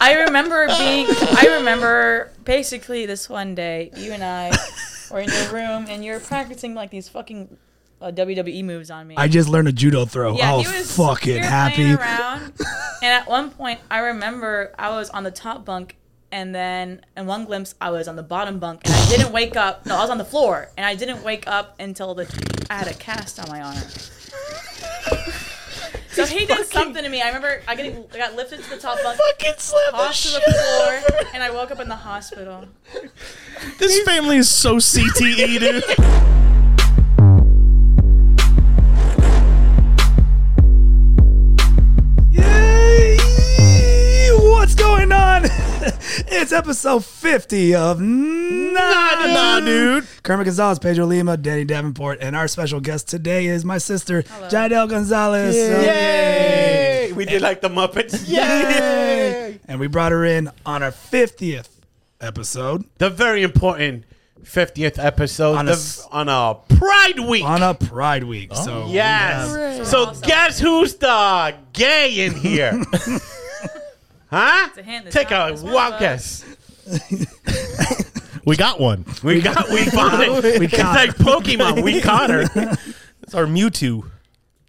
I remember being. I remember basically this one day, you and I were in your room and you were practicing like these fucking uh, WWE moves on me. I just learned a judo throw. yeah, oh, he was we fucking were happy. Playing around, and at one point, I remember I was on the top bunk, and then in one glimpse, I was on the bottom bunk, and I didn't wake up. No, I was on the floor, and I didn't wake up until the I had a cast on my arm. So he did something to me. I remember I, getting, I got lifted to the top bunk, Fucking slam the tossed to the shit. floor, and I woke up in the hospital. This family is so CTE, dude. Yay! What's going on? it's episode 50 of Nah, Nah, dude. Kermit Gonzalez, Pedro Lima, Danny Davenport, and our special guest today is my sister, Jadel Gonzalez. So- Yay! We did like the Muppets. Yay! And we brought her in on our 50th episode The very important 50th episode On on, a a, s- on a Pride Week. on a Pride Week. So yes. so Awesome. guess who's the gay in here? huh? a hint. It's Take not- a it's one wild of guess. We got one. We got, we found it. We it's caught like Pokemon. We caught her. It's our Mewtwo.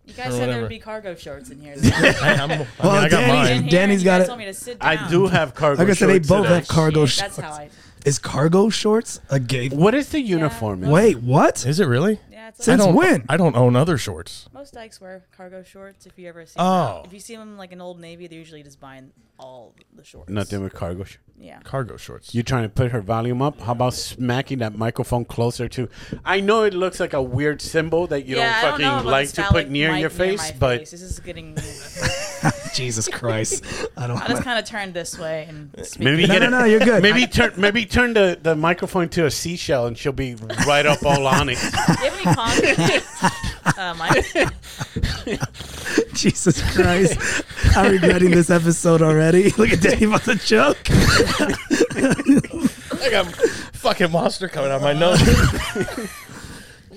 You guys Or said there whatever. would be cargo shorts in here. I, I'm, I, mean, Well, I got In Danny- mine. here, Danny's you got guys it. Told me to sit down. I do have cargo Like I said, they shorts both today. have cargo Shit, That's shorts. how I. Is cargo shorts a gay? What is the uniform? in? Wait, what? Is it really? Yeah, it's Since like, I don't, when? I don't own other shorts. most dykes wear cargo shorts. If you ever see, Oh. them. if you see them like an old navy, they're usually just buying all the shorts. Nothing with cargo shorts. Yeah. Cargo shorts. You trying to put her volume up? How about smacking that microphone closer to? I know it looks like a weird symbol that you yeah, I don't know fucking about like this to phallic put near mic your near face, my but face. this is getting. Jesus Christ! I don't. I just kind of turned this way and speak. maybe No, get no, a- no, you're good. Maybe turn maybe turn the, the microphone to a seashell and she'll be right up all on it. Do you have any comments? uh, Mike? Jesus Christ! I'm regretting this episode already. Look at Danny about to choke. I got fucking monster coming out my nose.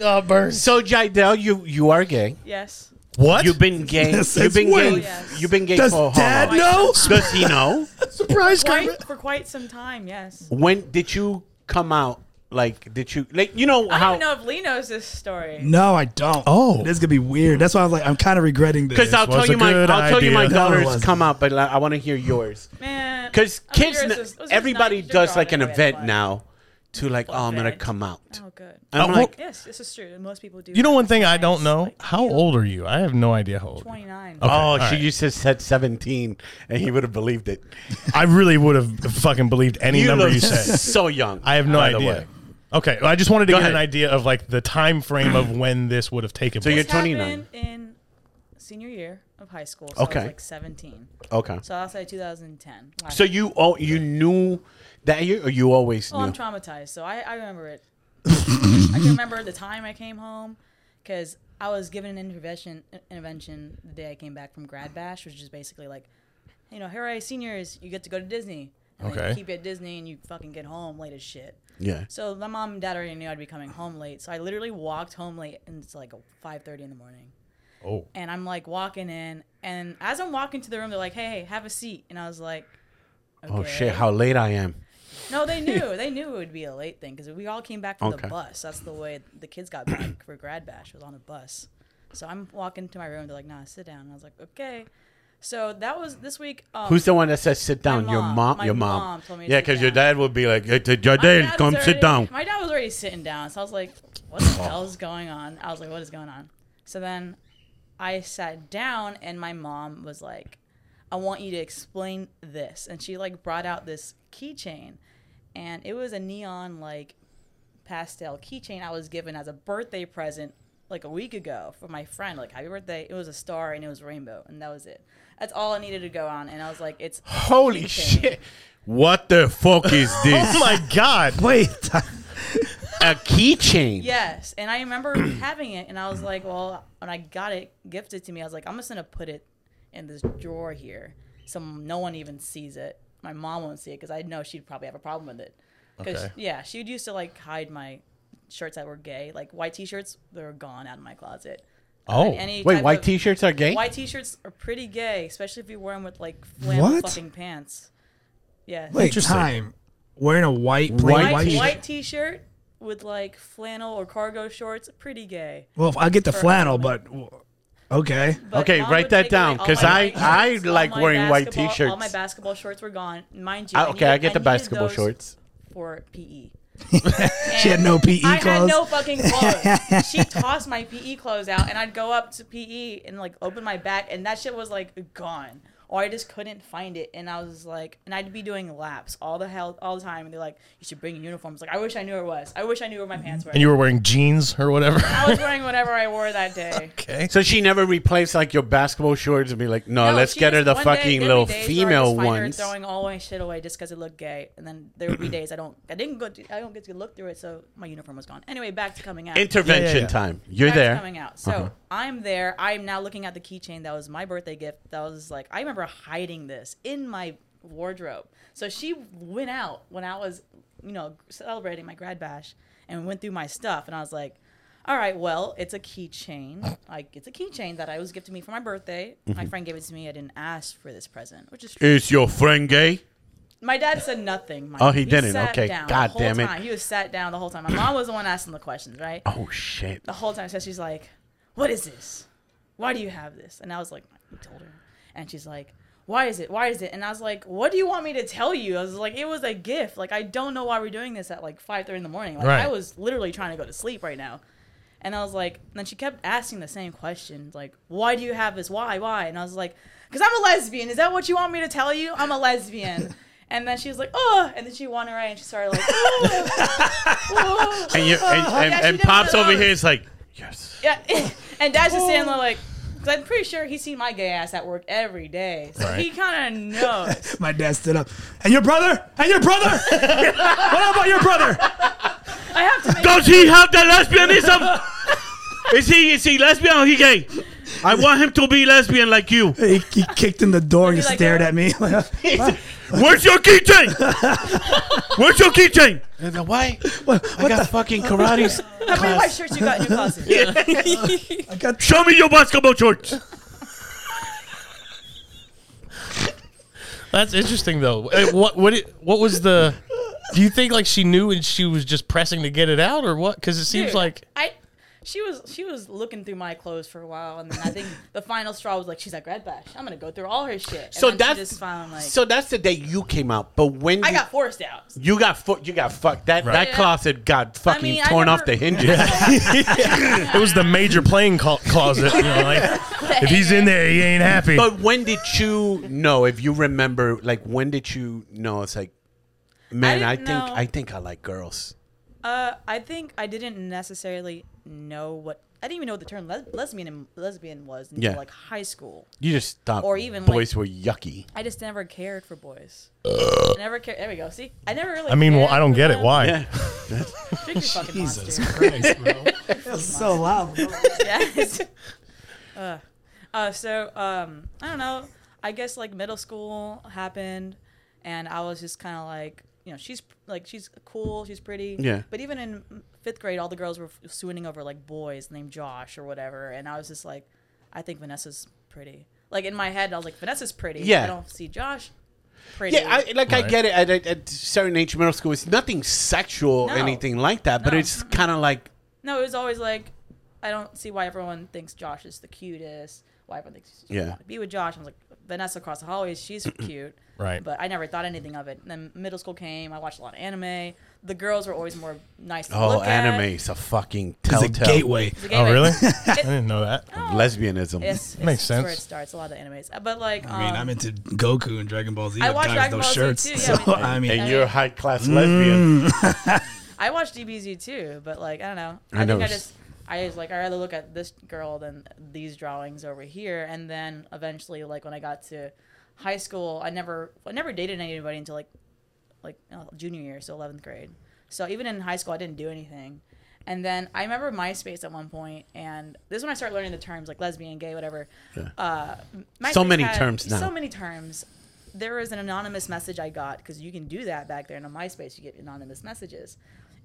oh, burns. So Jidel, you you are gay. Yes. What? You've been gay. Yes, you've been that's gay. weird. Yes. You've been gay Does for how Dad long? know? Does he know? surprised, Quite, for quite some time. Yes. When did you come out? Like did you like you know I how? don't know if Lee knows this story. No, I don't. Oh. this could be weird. That's why I was like, I'm kind of regretting this. Because I'll was tell a you my I'll good tell you my idea. No, it daughters wasn't. come out, but like, I want to hear yours. Man. Because I mean, kids, yours n- was- it was everybody nice. Your does like daughter an had event fun. now to like, oh, I'm going to event. come out. Oh, good. I'm Uh, like, Yes, this is true. Most people do. You know one thing I Nice, don't know? like, How old are you? I have no idea how old. you are. 29. Okay, oh, all she right. used to said 17 and he would have believed it. I really would have fucking believed any you number look you said. so young. I have no by the idea. way. Okay, well, I just wanted to Go get an ahead. idea of like the time frame of when this would have taken So place. you're This happened 29. in senior year of high school. So I Okay. was like 17. Okay. So I'll say 2010. So you oh, you knew that year or you always Well, Oh, I'm knew? traumatized, so I, I remember it. I can remember the time I came home because I was given an intervention intervention the day I came back from grad bash, which is basically like, you know, here are seniors, you get to go to Disney. And then Okay. you keep you at Disney and you fucking get home late as shit. yeah. So my mom and dad already knew I'd be coming home late, so I literally walked home late, and it's like 5:30 in the morning. oh, and I'm like walking in, and as I'm walking to the room, they're like, "Hey, hey, have a seat," and I was like, Oh, okay. shit, how late I am. No, they knew. they knew it would be a late thing because we all came back from Okay. the bus. That's the way the kids got back for grad bash. Was on a bus. So I'm walking to my room. They're like, "Nah, sit down." And I was like, "Okay." So that was this week. Um, Who's the one that says sit down? your mom. mom. My Your mom. mom told me to yeah, sit because your down. dad would be like, hey, t- my Jardine, dad was come already- sit down. Oh. My dad was already sitting down, so I was like, "What the hell is going on?" I was like, "What is going on?" So then I sat down, and my mom was like, "I want you to explain this," and she like brought out this keychain, and it was a neon like pastel keychain I was given as a birthday present like a week ago from my friend. Like, "Happy birthday!" It was a star and it was rainbow, and that was it. That's all I needed to go on, and I was like, "It's Holy shit. What the fuck is oh this? my god! Wait, a keychain. Yes, and I remember having it, and I was like, well, when I got it gifted to me, I was like, I'm just gonna put it in this drawer here, so no one even sees it. My mom won't see it because I know she'd probably have a problem with it. 'Cause, Okay. Yeah, she would used to like hide my shirts that were gay, like white T-shirts. They were gone out of my closet. Oh, And any Wait, type white of- t shirts are gay? White T-shirts are pretty gay, especially if you wear them with like flannel What? fucking pants. Yes. Wait, Interesting. time. Wearing a white plain White white, white, shirt. white t-shirt with like flannel or cargo shorts. Pretty gay. Well, I get the For a flannel, woman. but okay. But Okay, mom write would that take away down, all 'cause my I- white I shirts, like all my wearing white basketball- All my t-shirts. basketball shorts were gone, mind you. I, okay, needed- I get the needed basketball those shorts. for PE. She had no PE I had clothes. no fucking clothes. she tossed my PE clothes out, and I'd go up to PE and like open my back, and that shit was like gone, or I just couldn't find it, and I was like, and I'd be doing laps all the hell all the time, and they're like, you should bring uniforms. Like I wish I knew where it was. I wish I knew where my pants Mm-hmm. were. And you were wearing jeans or whatever. I was wearing whatever I wore that day. okay. So she never replaced like your basketball shorts and be like, no, No, let's she get her just- the one day, fucking there'd be little days where I female just find her ones. Throwing all my shit away just because it looked gay, and then there would be days I don't, I didn't go, to, I don't get to look through it, so my uniform was gone. Anyway, back to coming out. Intervention Yeah, yeah, yeah. time. You're That's there. Uh-huh. coming out. So I'm there. I'm now looking at the keychain that was my birthday gift. That was like I remember hiding this in my wardrobe. So she went out when I was, you know, celebrating my grad bash and went through my stuff, and I was like. All right, well, it's a keychain. Like it's a keychain that I was gifted me for my birthday. Mm-hmm. My friend gave it to me. I didn't ask for this present, which is true. Is your friend gay? My dad said nothing. Mike. Oh, he didn't. sat Okay. down God the whole damn it. Time. He was sat down the whole time. My mom was the one asking the questions, right? Oh shit. the whole time. So she's like, "What is this? Why do you have this?" And I was like, "I told her," and she's like, "Why is it? Why is it?" And I was like, "What do you want me to tell you?" I was like, "It was a gift. Like I don't know why we're doing this at like five thirty in the morning. Like Right. I was literally trying to go to sleep right now." And I was like, and then she kept asking the same questions, like, "Why do you have this? Why? Why?" And I was like, "Cause I'm a lesbian. Is that what you want me to tell you? I'm a lesbian." And then she was like, "Oh!" And then she went away and she started like, "Oh, oh." And you and, yeah, and, she and did one pops of over those. here is like, yes. Yeah, and Dad's just standing there like, because I'm pretty sure he's seen my gay ass at work every day, so he kind of knows. My dad stood up. And your brother? And your brother? what about your brother? I have to. Make Does he have the lesbianism? is he is he lesbian or he gay? I want him to be lesbian like you. He, he kicked in the door and Be like, stared "Oh." at me. Where's your keychain? Where's your keychain? Why? I got fucking karate. How many white shirts you got in your closet? I got Show me your basketball shorts. That's interesting though. Eh, What what it, what was the? Do you think like she knew and she was just pressing to get it out or what? Because it seems Dude, like I. She was she was looking through my clothes for a while, and then I think the final straw was like, she's like, "Red Bash, I'm gonna go through all her shit." And So then she that's just found like, so that's the day you came out. But when I you, got forced out. you got fu- you got fucked. That that Yeah. closet got fucking mean, I torn off never- the hinges. it was the major playing clo- closet. You know, like if he's in there, he ain't happy. But when did you know? If you remember, like when did you know? It's like, man, I, think didn't know. I think I like girls. Uh, I think I didn't necessarily know what I didn't even know what the term les- lesbian and lesbian was until Yeah. like high school. You just thought Or even, like- boys were yucky. I just never cared for boys. I never cared. There we go. See, I never really. I mean, well, I don't get it. Why? Drink your fucking Jesus monster. Christ, bro. That was so loud. bro. Yes. Ugh. uh, so um, I don't know. I guess like middle school happened, and I was just kind of like, you know, she's like she's cool, she's pretty. Yeah. But even in fifth grade, all the girls were f- swooning over like boys named Josh or whatever, and I was just like, I think Vanessa's pretty. Like in my head, I was like, Vanessa's pretty. Yeah. I don't see Josh. Pretty. Yeah, I, like I Right. get it. At, at, at certain age, middle school, it's nothing sexual, No. anything like that. But No. it's kind of like No, it was always like, I don't see why everyone thinks Josh is the cutest. Why everyone thinks she Yeah. want to be with Josh? I was like, Vanessa across the hallway, she's cute. Right. But I never thought anything of it. And then middle school came. I watched a lot of anime. The girls were always more nice. To oh, look at. anime is a fucking It's a telltale gateway. It's a Oh, gateway. really? I didn't know that. of lesbianism. It's, it's, Makes it's where it sense. starts. A lot of animes, but like, um, I mean, I'm into Goku and Dragon Ball Z. I I've watch got Dragon those Ball Z shirts. too, yeah, so I mean- I mean, And you're a high class lesbian. I watched DBZ too, but like I don't know. I I, think I noticed. just I was like I rather look at this girl than these drawings over here. And then eventually, like when I got to high school, I never I never dated anybody until like like uh, junior year, so eleventh grade. So even in high school, I didn't do anything. And then I remember MySpace at one point, and this is when I started learning the terms like lesbian, gay, whatever. Uh, So MySpace many had terms now. So many terms. There was an anonymous message I got because you can do that back there in a MySpace. You get anonymous messages,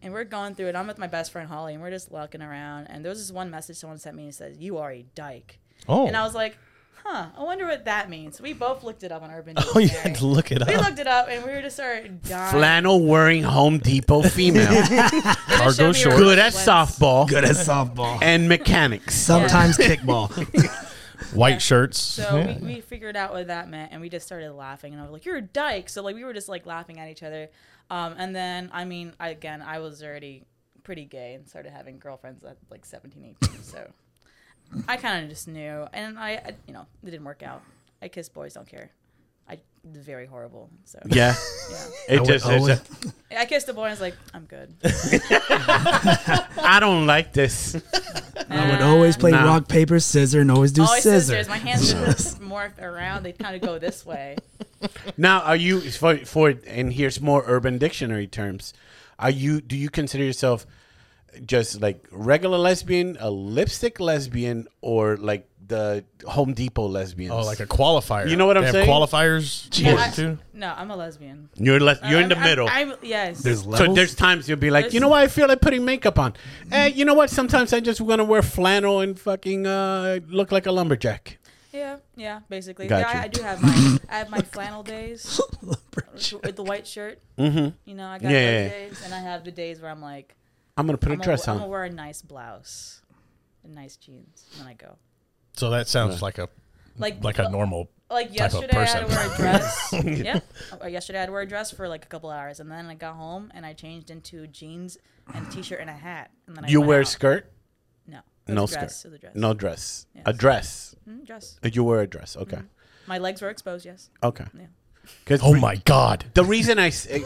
and we're going through it. I'm with my best friend Holly, and we're just looking around. And there was this one message someone sent me and says, "You are a dyke," Oh, and I was like, huh, I wonder what that means. We both looked it up on Urban Dictionary. Oh, you had to look it We up. looked it up and we were just started dying. Mm. Flannel wearing Home Depot female. They just cargo showed me your shorts. Good at sweats. softball Good at softball. and mechanics. Sometimes kickball. White shirts. So Yeah. we, we figured out what that meant, and we just started laughing. And I was like, "You're a dyke!" So like we were just like laughing at each other. Um, and then I mean, I, again, I was already pretty gay and started having girlfriends at like 17, 18. so I kind of just knew, and I, I, you know, it didn't work out. I kiss boys, don't care. I very horrible. So Yeah. yeah, It just I it's would- a, I kissed a boy. and I was like, I'm good. I don't like this. I would always play Nah. rock, paper, scissor, and always do Always scissor. scissors. My hands would just morph around. They kind of go this way. Now, are you for for and here's more urban dictionary terms. Are you do you consider yourself just like regular lesbian, a lipstick lesbian, or like the Home Depot lesbians? Oh, like a qualifier. You know what I'm They have saying? Qualifiers. for I- it, too. No, I'm a lesbian. you're le- you're in the I'm- middle. I'm, I'm yes. There's so levels. there's times you'll be like, you know what, I feel like putting makeup on. Eh, you know what? Sometimes I just want to wear flannel and fucking uh, look like a lumberjack. Yeah, yeah, basically. Gotcha. Yeah, I, I do have my I have my flannel days with the white shirt. Mm-hmm. You know, I got those Yeah, yeah, yeah. days, and I have the days where I'm like, I'm gonna put I'm a dress gonna on. wear a nice blouse, and nice jeans when I go. So that sounds like a Like like a normal. like type of yesterday I had to person. wear a dress. yeah, Uh, yesterday I had to wear a dress for like a couple hours, and then I got home and I changed into jeans and a t-shirt and a hat, and then I you went wear a out. skirt? No, it was No a dress, skirt. it was a dress. No dress. A Yes. dress. Mm, dress. You wear a dress. Okay. My legs were exposed. Yes, Okay. Yeah. 'Cause Oh re- my god. The reason I s- eh,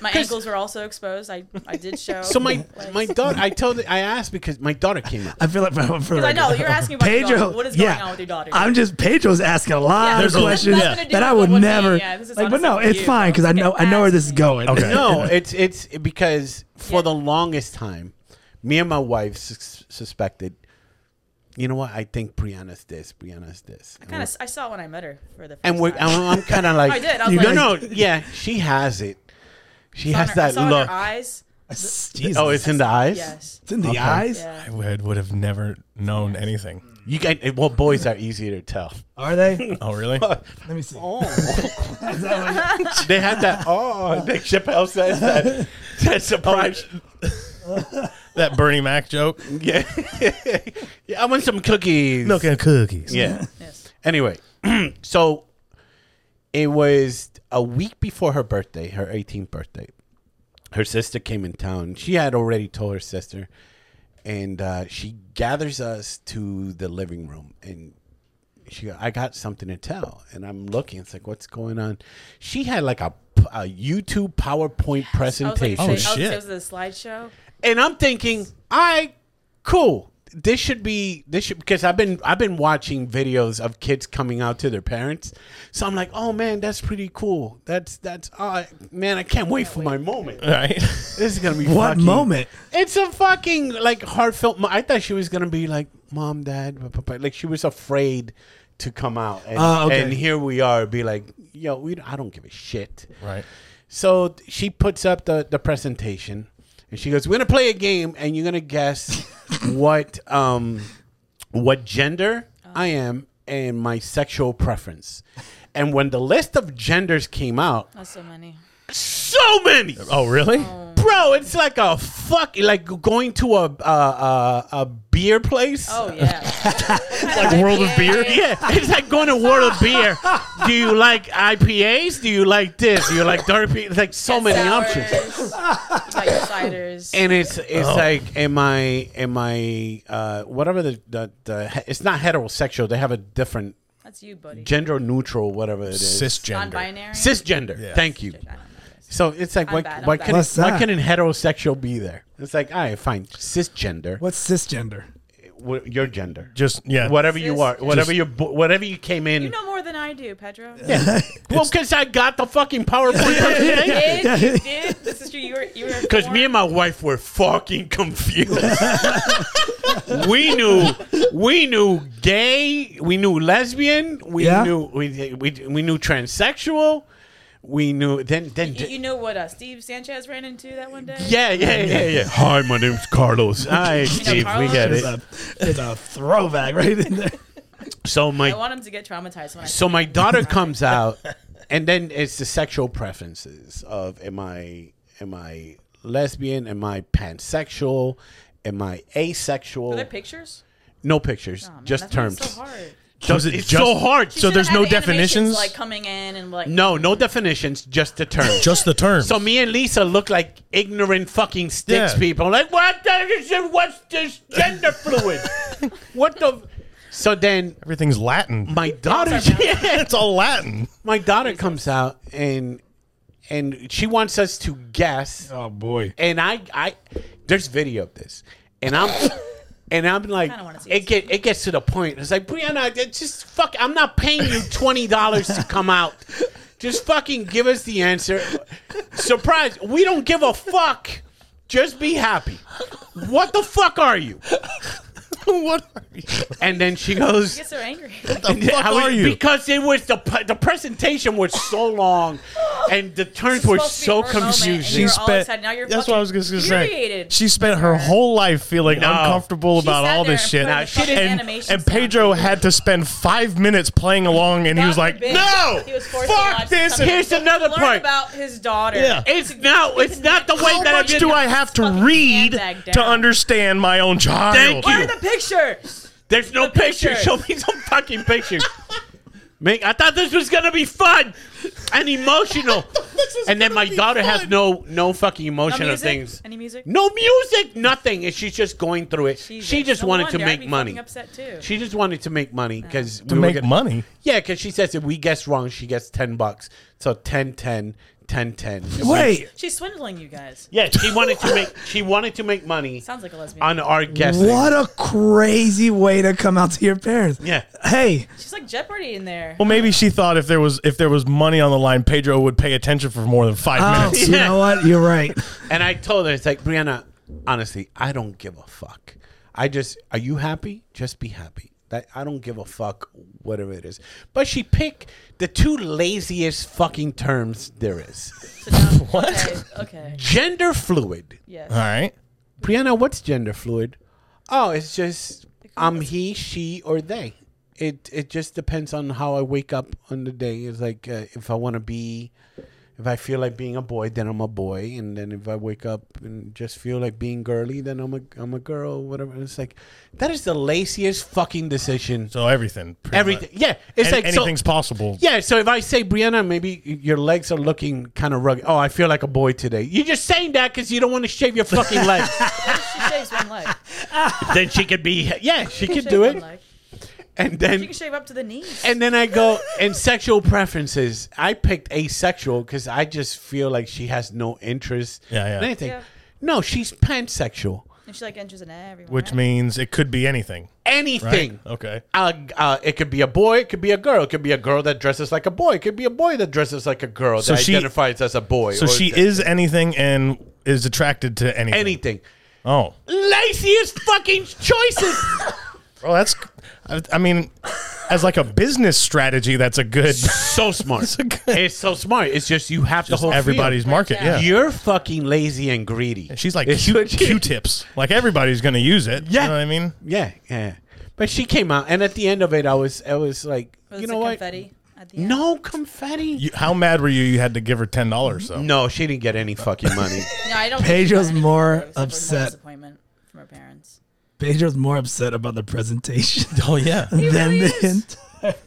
my ankles were also exposed. I I did show. so my legs. my daughter I told I asked because my daughter came up. I feel like for, for Because I know "Oh, you're asking about your Pedro. daughter. What is going yeah, on with your daughter? I'm just Pedro's asking a lot Yeah, of There's a- questions that's gonna do that I with would what we- never. yeah, this is like, but no, honestly it's you. fine because I know I know where this is Ask me. going. Okay. No, it's it's because for the longest time, me and my wife sus- suspected. You know what? I think Brianna's this. Brianna's this. I kind of I saw it when I met her for the first and we're, time. I'm, I'm kind of like, I did. I was you like- no, no, yeah, she has it. She I saw has in her- I that saw in her look. eyes. Jesus. Oh, it's in the eyes. Yes. It's in the Okay. eyes. Yeah. I would would have never known anything. You can. eh, Well, boys are easier to tell. Are they? Oh really? Let me see. Oh. They had that. Oh, Nick Chappelle says that. That surprise. that Bernie Mac joke. Yeah. yeah. I want some cookies. and cookies. Yeah. Yes. Anyway, so it was a week before her birthday, her 18th birthday. Her sister came in town. She had already told her sister, and uh, she gathers us to the living room, and she, I got something to tell, and I'm looking. It's like, what's going on? She had like a, p- a YouTube PowerPoint I was like, "Oh, presentation, I was- shit. It was a slideshow. and I'm thinking, I cool. This should be this should because I've been I've been watching videos of kids coming out to their parents, so I'm like, oh man, that's pretty cool. That's that's uh, man, I can't wait for my moment. Right. This is gonna be What fucking- moment? It's a fucking like heartfelt. mo- I thought she was gonna be like mom, dad, blah, blah, blah." like she was afraid to come out, and, Oh, okay. and here we are, be like, yo, we I don't give a shit. Right. So th- she puts up the, the presentation and she goes, We're gonna play a game and you're gonna guess what um what gender I am and my sexual preference. And when the list of genders came out, Not so many. so many Oh really? Bro, it's like a fuck, like going to a a, a, a beer place. Oh yeah. Like World of Beer. Yeah, it's like going to World of Beer. Do you like IPAs? Do you like this? Do you like derpy? It's like so many options. You got your ciders. and it's it's Oh. like am I am I uh, whatever the, the the it's not heterosexual. They have a different That's you, buddy. gender neutral whatever it is. Cisgender. Non-binary. Cisgender. Yeah. Thank you. I don't know this. So it's like I'm why, bad, I'm why bad. couldn't What's why that? couldn't heterosexual be there? It's like all right, fine. Cisgender. What's cisgender? What, your gender. Just yeah. Whatever you are, Cisgender. whatever you whatever you came in. You know more than I do, Pedro. well, because I got the fucking PowerPoint presentation. Did, you did. This is true. You were. You were. Because me and my wife were fucking confused. we knew, we knew gay, we knew lesbian, we Yeah. knew we, we we knew transsexual, we knew then then. You, you know what? Uh, Steve Sanchez ran into that one day. yeah, yeah, yeah, yeah. Hi, my name's Carlos. Hi, Steve. We Carlos? get It's it. a, it's a throwback right in there. So I my want him to get traumatized when I. So my daughter comes out, and then it's the sexual preferences of am I am I lesbian? Am I pansexual? Am I Are asexual? there pictures? no pictures, Oh, man, just that's why it's terms. So hard. Does it it's just- so hard. She So should've there's had no the animations, definitions? like coming in and like No, no definitions, just the terms. Just the term. so me and Lisa look like ignorant fucking sticks Yeah. people. Like what? The, what's this gender fluid? what the? So then Everything's Latin. my daughter. it's all Latin. my daughter comes out and and she wants us to guess Oh boy. and I, I, there's video of this, and I'm, and I'm like, Kinda wanna see it this. get, it gets to the point. It's like Brianna, it's just fuck. I'm not paying you twenty dollars to come out. Just fucking give us the answer. Surprise, we don't give a fuck. Just be happy. What the fuck are you? what are you? And then she goes, Gets so angry. The fuck I was- are you? Because it was the p- the presentation was so long, and the turns It's were supposed to be so her moment, and confusing. you're all excited. Now you're that's what I was fucking just gonna say. infuriated. She spent her whole life feeling No. uncomfortable She about sat all there this and shit. put her fucking and, animation and sound. Pedro had to spend five minutes playing along, and he God was like, forbid "No, he was forced to fuck watch this." something. Here's So he another learned part. about his daughter. Yeah. It's now. It's not the way How that I've much been. do I have to Fucking read handbag down. to understand my own child? Thank Where you. are the pictures? There's no The picture. picture. Show me some fucking picture. Make. I thought this was gonna be fun and emotional. and then my daughter has no no fucking No emotional music? things. Any music? No music. Nothing. And she's just going through it. Jesus. She just No wanted to wonder, I'd be make fucking money. Upset too. She just wanted to make money because To make money. Yeah, because she says if we guess wrong, she gets ten bucks. So 10, 10, 10, 10. If we- Wait. She's swindling you guys. Yeah, she wanted to make. She wanted to make money Sounds like a lesbian. on our guessing. What a crazy way to come out to your parents. Yeah. Hey, She's like Jeopardy in there. Oh, Well, maybe she thought if there was if there was money on the line, Pedro would pay attention for more than five oh, minutes. you know what? You're right. And I told her, it's like, Brianna, honestly, I don't give a fuck. I just, are you happy? Just be happy. That I don't give a fuck, whatever it is. But she picked the two laziest fucking terms there is Sit down. What? Okay. okay. gender fluid. Yes. All right. Brianna, what's gender fluid? Oh, it's just I'm he, she, or they. It it just depends on how I wake up on the day. It's like uh, if I want to be, if I feel like being a boy, then I'm a boy, and then if I wake up and just feel like being girly, then I'm a I'm a girl. Whatever. It's like that is the laziest fucking decision. So everything. pretty Everything. much. Yeah. It's An- like so- anything's possible. yeah, so if I say Brianna, maybe your legs are looking kind of rugged. Oh, I feel like a boy today. You're just saying that because you don't want to shave your fucking legs. She shaves one leg. then she could be yeah she could Shave do one it leg. and She then can shave up to the knees. and then i go and sexual preferences i picked asexual because i just feel like she has no interest Yeah, yeah. in anything Yeah. no she's pansexual And she like enters in everyone. Which right? means it could be anything. anything Okay. uh, uh, it could be a boy it could be a girl it could be a girl that dresses like a boy it could be a boy that dresses like a girl So that she- identifies as a boy So or she th- is anything and is attracted to anything. anything Oh. laziest fucking choices Well, that's. I, I mean, as like a business strategy, that's a good. so smart a good- it's so smart it's just you have the whole field. everybody's market. Yeah. You're fucking lazy and greedy. She's like It's Q, what she- Q-tips. Like everybody's going to use it. Yeah. You know what I mean? Yeah, yeah. But she came out, and at the end of it, I was, I was like, Was you it know what? Confetti at the end. No confetti. You, how mad were you? You had to give her ten dollars though. no, she didn't get any fucking money. No, I don't. think she Pedro's got any more except for more upset. disappointment from her parents. Pedro's more upset about the presentation Oh yeah. than really the is. hint.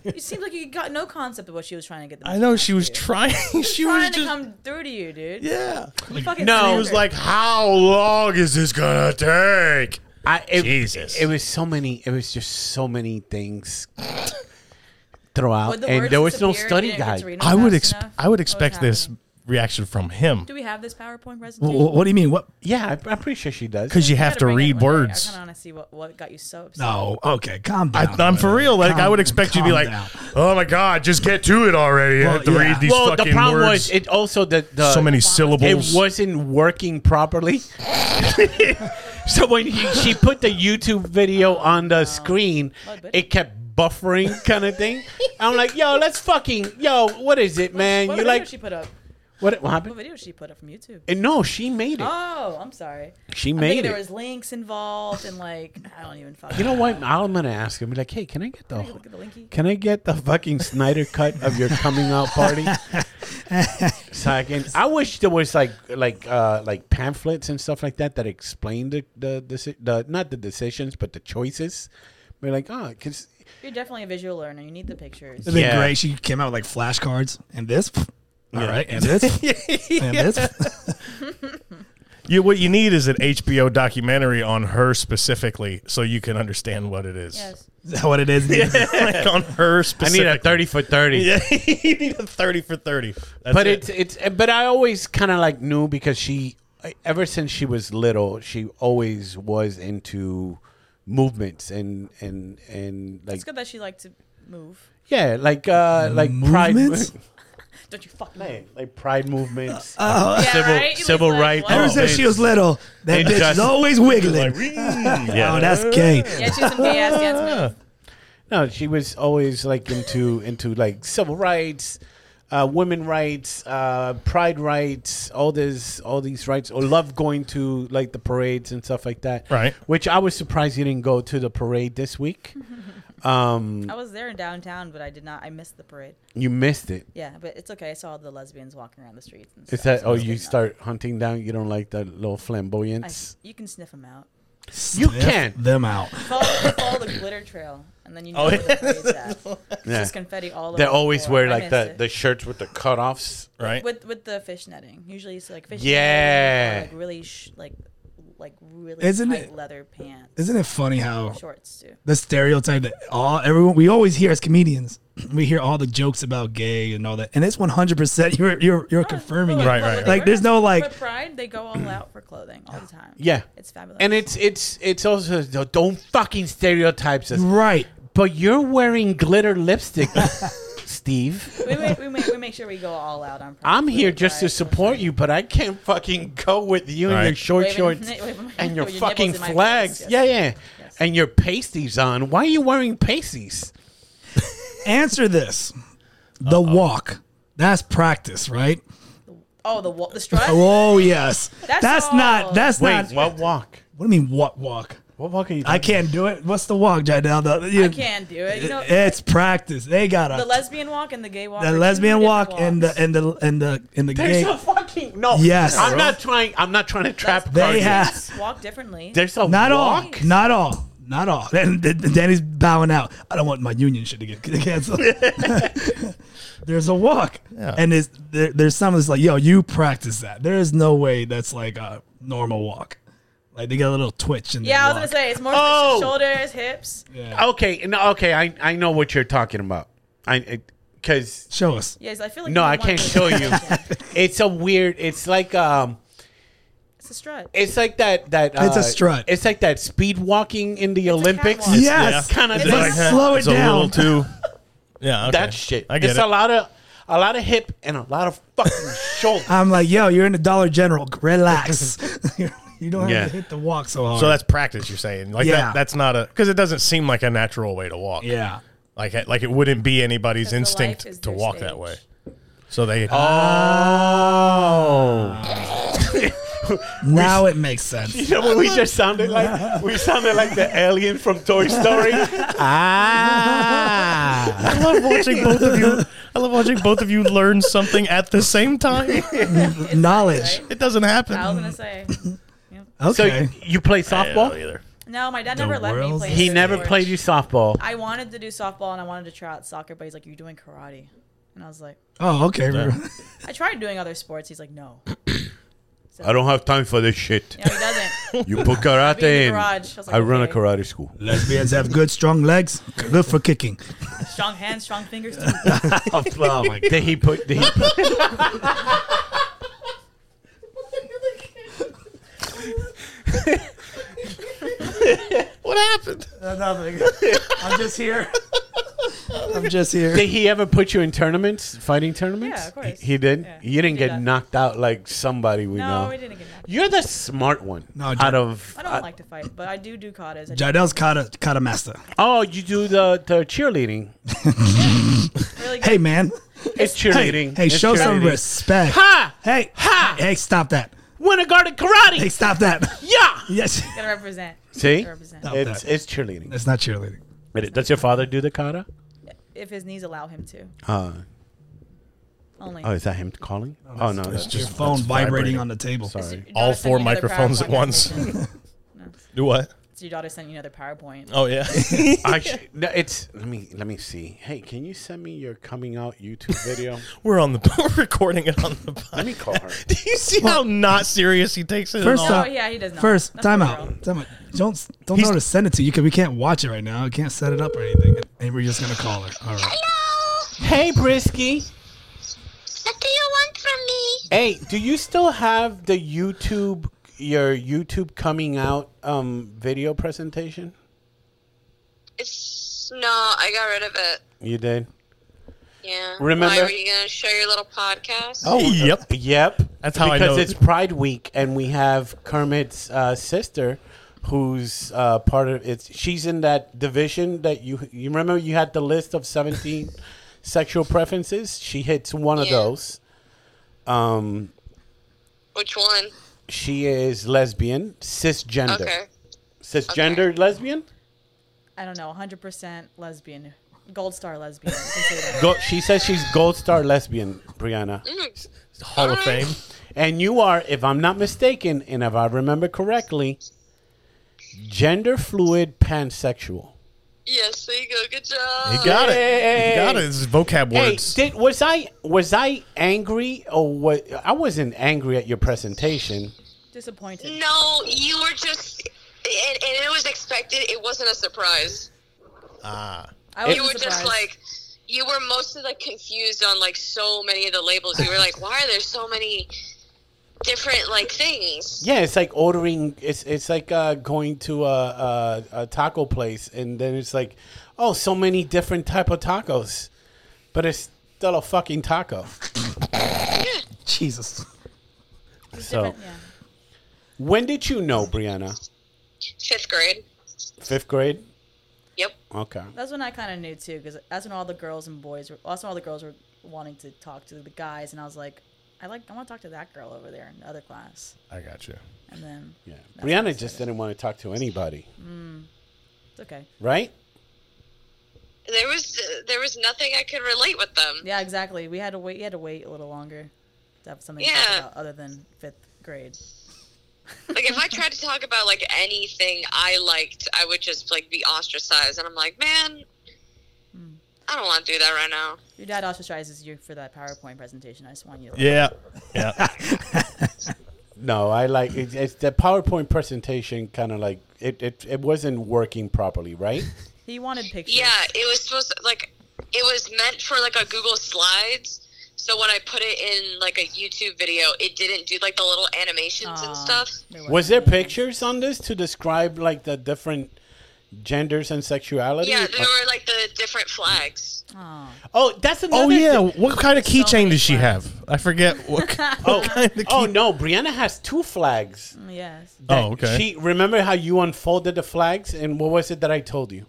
It seemed like you got no concept of what she was trying to get. The I know she was trying. She was trying to just. come through to you, dude. yeah. You fucking No. scared He He was her. like, "How long is this gonna take?" I, it, Jesus. it was so many. It was just so many things throughout, Would the and words there was no disappear if you study didn't get to guide. read them I would. fast Ex- enough? I would What was expect this happening? reaction from him Do we have this PowerPoint presentation? Wh- What do you mean? What? Yeah, I, I'm pretty sure she does. because you We have gotta to bring it one read day. I words. kind of want to see what, what got you so upset. No. Oh, Okay. Calm I, down. I'm for real. Like I Calm- would expect you to be calm like, down. "Oh my god, just get to it already." I Well, have to yeah. read these well, the fucking problem words. was it also the, the so many it syllables. wasn't working properly. so when he, she put the YouTube video on the screen, Well, but- it kept buffering, kind of thing. I'm like, yo, let's fucking, yo, what is it, man? What You video like, she put up? What, what What happened? video she put up from YouTube? And no, she made it. Oh, I'm sorry. She I'm thinking made there it. was links involved and like I don't even fucking. You know what? I'm gonna ask him. Be like, hey, can I get the Look at the linky. can I get the fucking Snyder cut of your coming out party? so I can. I wish there was like like uh like pamphlets and stuff like that that explained the the the, the not the decisions but the choices. We're like, oh, because You're definitely a visual learner. You need the pictures. It'd been Yeah. great. She came out with like flashcards and this. pff, All right, and this, and this. pff. You, what you need is an HBO documentary on her specifically, so you can understand what it is. Yes. Is that what it is? Yeah. like on her I need specifically. a thirty for thirty. Yeah, you need a thirty for thirty. That's but it. it's it's but I always kind of like knew because she ever since she was little she always was into movements and and and like It's good that she liked to move. yeah like uh like Movements? pride Don't you fucking mo- man, like pride movements yeah, civil- right? It was civil like, rights. what? Oh, Ever since she was little, that It bitch is just- always wiggling. Oh, that's gay. Yeah, she's some gay ass dance moves. no she was always like into into like civil rights uh women rights uh pride rights all this all these rights or love going to like the parades and stuff like that Right. which I was surprised you didn't go to the parade this week um I was there in downtown, but I did not. I missed the parade. You missed it. Yeah, but it's okay. I saw the lesbians walking around the streets. And Is stuff, that so oh it's you good enough. start hunting down? You don't like that little I, flamboyance? you can sniff them out. You Sniff can't. them out. Follow, follow the glitter trail, and then you know where the parade's at. It's Oh, Yeah. just confetti all over. They the always floor. wear I like missed the, it. the shirts with the cutoffs. right. with with the fish netting. Usually it's like fish. Yeah. netting or, like really sh- like like really Isn't tight it- leather pants, Isn't it funny how shorts too. the stereotype that all everyone we always hear as comedians, we hear all the jokes about gay and all that, and it's one hundred percent. You're you're you're confirming it. Right, right, right. Like, there's no, like- for pride. They go all out for clothing all the time. Yeah. it's fabulous. And it's it's it's also the don't fucking stereotypes us. Right. But you're wearing glitter lipstick, Steve. we, make, we, make, we make sure we go all out on. Pride. I'm here for just to Pride. support you, but I can't fucking go with you and your Right. short Waving- shorts waving- and your with nipples fucking in my face, flags. yes. Yeah, yeah. Yes. And your pasties on. Why are you wearing pasties? Answer this: the walk. That's practice, right? Oh, the wa- the strut. Oh yes. That's, That's not. all. That's not. what walk? What do you mean? What walk? What walk are you? I can't do it. What's the walk, Jadel? The- you- I can do it. You know, It's practice. They got the a lesbian walk and the gay walk. the are two lesbian different walk and the walks. and the and the and the There's gay. a fucking no. Yes. I'm not trying. I'm not trying to trap. They Cardi. have- Yes, walk differently. There's a Not all. walk. Not all. Not all. And D- D- Danny's bowing out. I don't want my union shit to get canceled. there's a walk, Yeah. and there's there, there's some that's like, yo, you practice that. There is no way that's like a normal walk. Like they got a little twitch in. their yeah, I was gonna walk. say it's more Oh! shoulders, hips. Yeah, Yeah. Okay. No. Okay. I I know what you're talking about. I because Show us. yes, I feel like no, you I want can't to- show you. it's a weird. It's like um. It's a strut. It's like that that. Uh, It's a strut. It's like that speed walking in the Olympics. catwalk. Yes. Kind of It's But like- slow it it's down. a little too. Yeah, okay. that shit. I get it's it. a lot of a lot of hip and a lot of fucking shoulder. I'm like, yo, you're in the Dollar General. Relax. you don't have Yeah. to hit the walk so hard. so that's practice. You're saying like Yeah. that, that's not a because it doesn't seem like a natural way to walk. yeah. like like it wouldn't be anybody's the life is instinct to their walk stage. that way. So they Oh. Now it makes sense. You know what we just sounded like? We sounded like the alien from Toy Story. ah. I love watching both of you. I love watching both of you learn something at the same time. Knowledge. It doesn't I was happen. gonna say. So Okay. you play softball? either. No, my dad never let me world's play. He sport. never played you softball. I wanted to do softball and I wanted to try out soccer, but he's like, "You're doing karate," and I was like, oh, okay. "I tried doing other sports." He's like, "No, you I don't have time for this shit. know, he doesn't." You put Be in the karate garage. I was like, okay. karate school. Lesbians have good, strong legs. Good for kicking. strong hands, strong fingers. Too. Oh, oh my god. Did he put? Did he put What happened? Nothing. I'm just here. I'm just here. did he ever put you in tournaments, fighting tournaments? Yeah, of course. He, he did. Yeah, You didn't he get did that. knocked out like somebody we No, know. we didn't get that. You're the smart one. No, out Jack- of I don't like to fight, but I do do katas. I Jardel's kata, kata master. oh, you do the, the cheerleading. do really good. Hey man, It's cheerleading. Hey, It's show some cheerleading. respect. Ha! Hey, Ha! hey, stop that. Winter Garden Karate. Hey, stop that. Yeah. yes. Gotta represent. See, Gotta represent. No. it's it's cheerleading. That's not cheerleading. Wait, Does your father do the kata? If his knees allow him to. Uh, Only. oh, is that him calling? Oh no, that's Your just phone that's vibrating, vibrating. on the table. Is sorry. your All daughter sending four you another microphones at PowerPoint once. presentation? Do what? Is your daughter sending you another PowerPoint? Oh yeah. I sh- no, it's let me let me see. Hey, can you send me your coming out YouTube video? We're on the we're recording it on the let me podcast. call her. Do you see how not serious he takes it? First at all? Oh, off, yeah, he does not. First, That's time the out. girl. Time out. Don't don't know how to send it to you because we can't watch it right now. We can't set it up or anything. And we're just gonna call her. All right. Hello. Hey, Brisky. What do you want from me? Hey, do you still have the YouTube your YouTube coming out um video presentation? It's no, I got rid of it. You did. Yeah. Remember- Why were you gonna show your little podcast? Oh, Yep. Yep. That's how I because know. it's Pride Week, and we have Kermit's uh, sister, who's uh, part of it's. She's in that division that you you remember you had the list of seventeen sexual preferences. She hits one of Yeah. those. Um, Which one? she is lesbian, cisgender, Okay. cisgender lesbian. I don't know. 100% lesbian. Gold star lesbian. You can say that. Go, she says she's gold star lesbian, Brianna. Mm. Hall of Fame. And you are, if I'm not mistaken, and if I remember correctly, gender fluid pansexual. Yes, there you go. Good job. He got it. Hey. He got it. It's vocab Hey, words. did, was I was I angry or what? I wasn't angry at your presentation. Disappointed. No, you were just, and, and it was expected. It wasn't a surprise. ah. I was you were just like, you were mostly like confused on like so many of the labels. You were like, why are there so many different like things? Yeah, it's like ordering. It's it's like uh, going to a, a, a taco place, and then it's like, oh, so many different type of tacos, but it's still a fucking taco. Jesus. So when did you know, Brianna? Fifth grade. Fifth grade. Yep. Okay. That's when I kind of knew too, because that's when all the girls and boys were. That's when all the girls were wanting to talk to the guys, and I was like, I like, I want to talk to that girl over there in the other class, I got you. and then Yeah. Brianna just didn't want to talk to anybody, it's okay. right? There was there was nothing I could relate with them. Yeah, exactly. We had to wait. You had to wait a little longer to have something to Yeah. talk about other than fifth grade. Like if I Mm-hmm. tried to talk about like anything I liked, I would just like be ostracized, and I'm like, man, Hmm. I don't want to do that right now. Your dad ostracizes you for that PowerPoint presentation. I just want you. To Yeah. Yeah. No, I like it's, it's the PowerPoint presentation kind of like it, it it wasn't working properly, right? He wanted pictures. Yeah, it was supposed to, like it was meant for like a Google Slides. So when I put it in like a YouTube video, it didn't do like the little animations Aw, and stuff. they were- Was there pictures on this to describe like the different genders and sexuality? Yeah, there were like the different flags. Aw. oh, that's another Oh yeah. thi- What kind of So many keychain does she flags. have? I forget what, what Oh, kind of key- oh no, Brianna has two flags. Yes. Oh, okay. She remember how you unfolded the flags and what was it that I told you?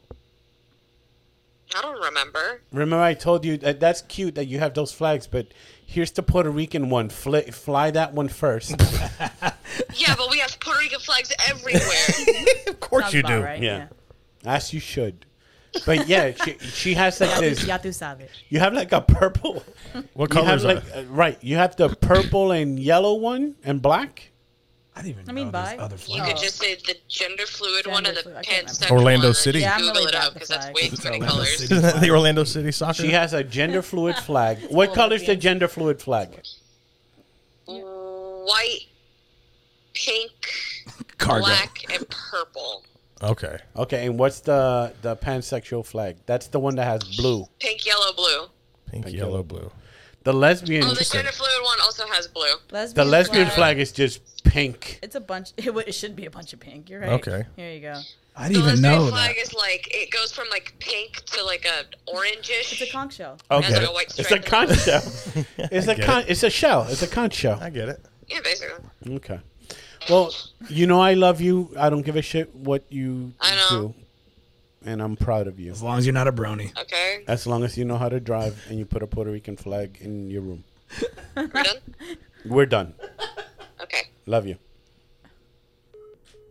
I don't remember. Remember I told you that that's cute that you have those flags, but here's the Puerto Rican one. Fly, fly that one first. Yeah, but we have Puerto Rican flags everywhere. of course Sounds you about do. Right? Yeah. As you should. But yeah, she, she has like Yeah. this. Ya tu sabes. You have like a purple. What You have colors? like uh, right. You have the purple and yellow one and black. I didn't even I mean, know bye. there's other You flags. could just say the gender fluid one and Oh. Gender the fluid, I can't pansexual remember. Orlando one, and City. just Yeah, I'm Google really it bad out with because that's flags. way too many colors. Isn't that the Orlando City soccer? She has a gender fluid flag. What color's the gender fluid flag? White, pink, Cargo. black, and purple. okay. Okay, and what's the the pansexual flag? That's the one that has blue. Pink, yellow, blue. Pink, yellow, blue. The lesbian Oh, the gender fluid one also has blue. Lesbian the lesbian flag. flag is just pink. It's a bunch. It, w- it should be a bunch of pink. You're right. Okay. Here you go. I The didn't even lesbian know that. flag is like it goes from like pink to like a orangish. It's a conch shell. Has Okay, like a white it's a stripe. conch shell. It's a get con- it's a shell. It's a conch shell. I get it. yeah, basically. Okay. Well, you know I love you. I don't give a shit what you I do. know. and I'm proud of you. As long as you're not a brony. Okay, As long as you know how to drive and you put a Puerto Rican flag in your room. we're done. We're done. Okay. Love you.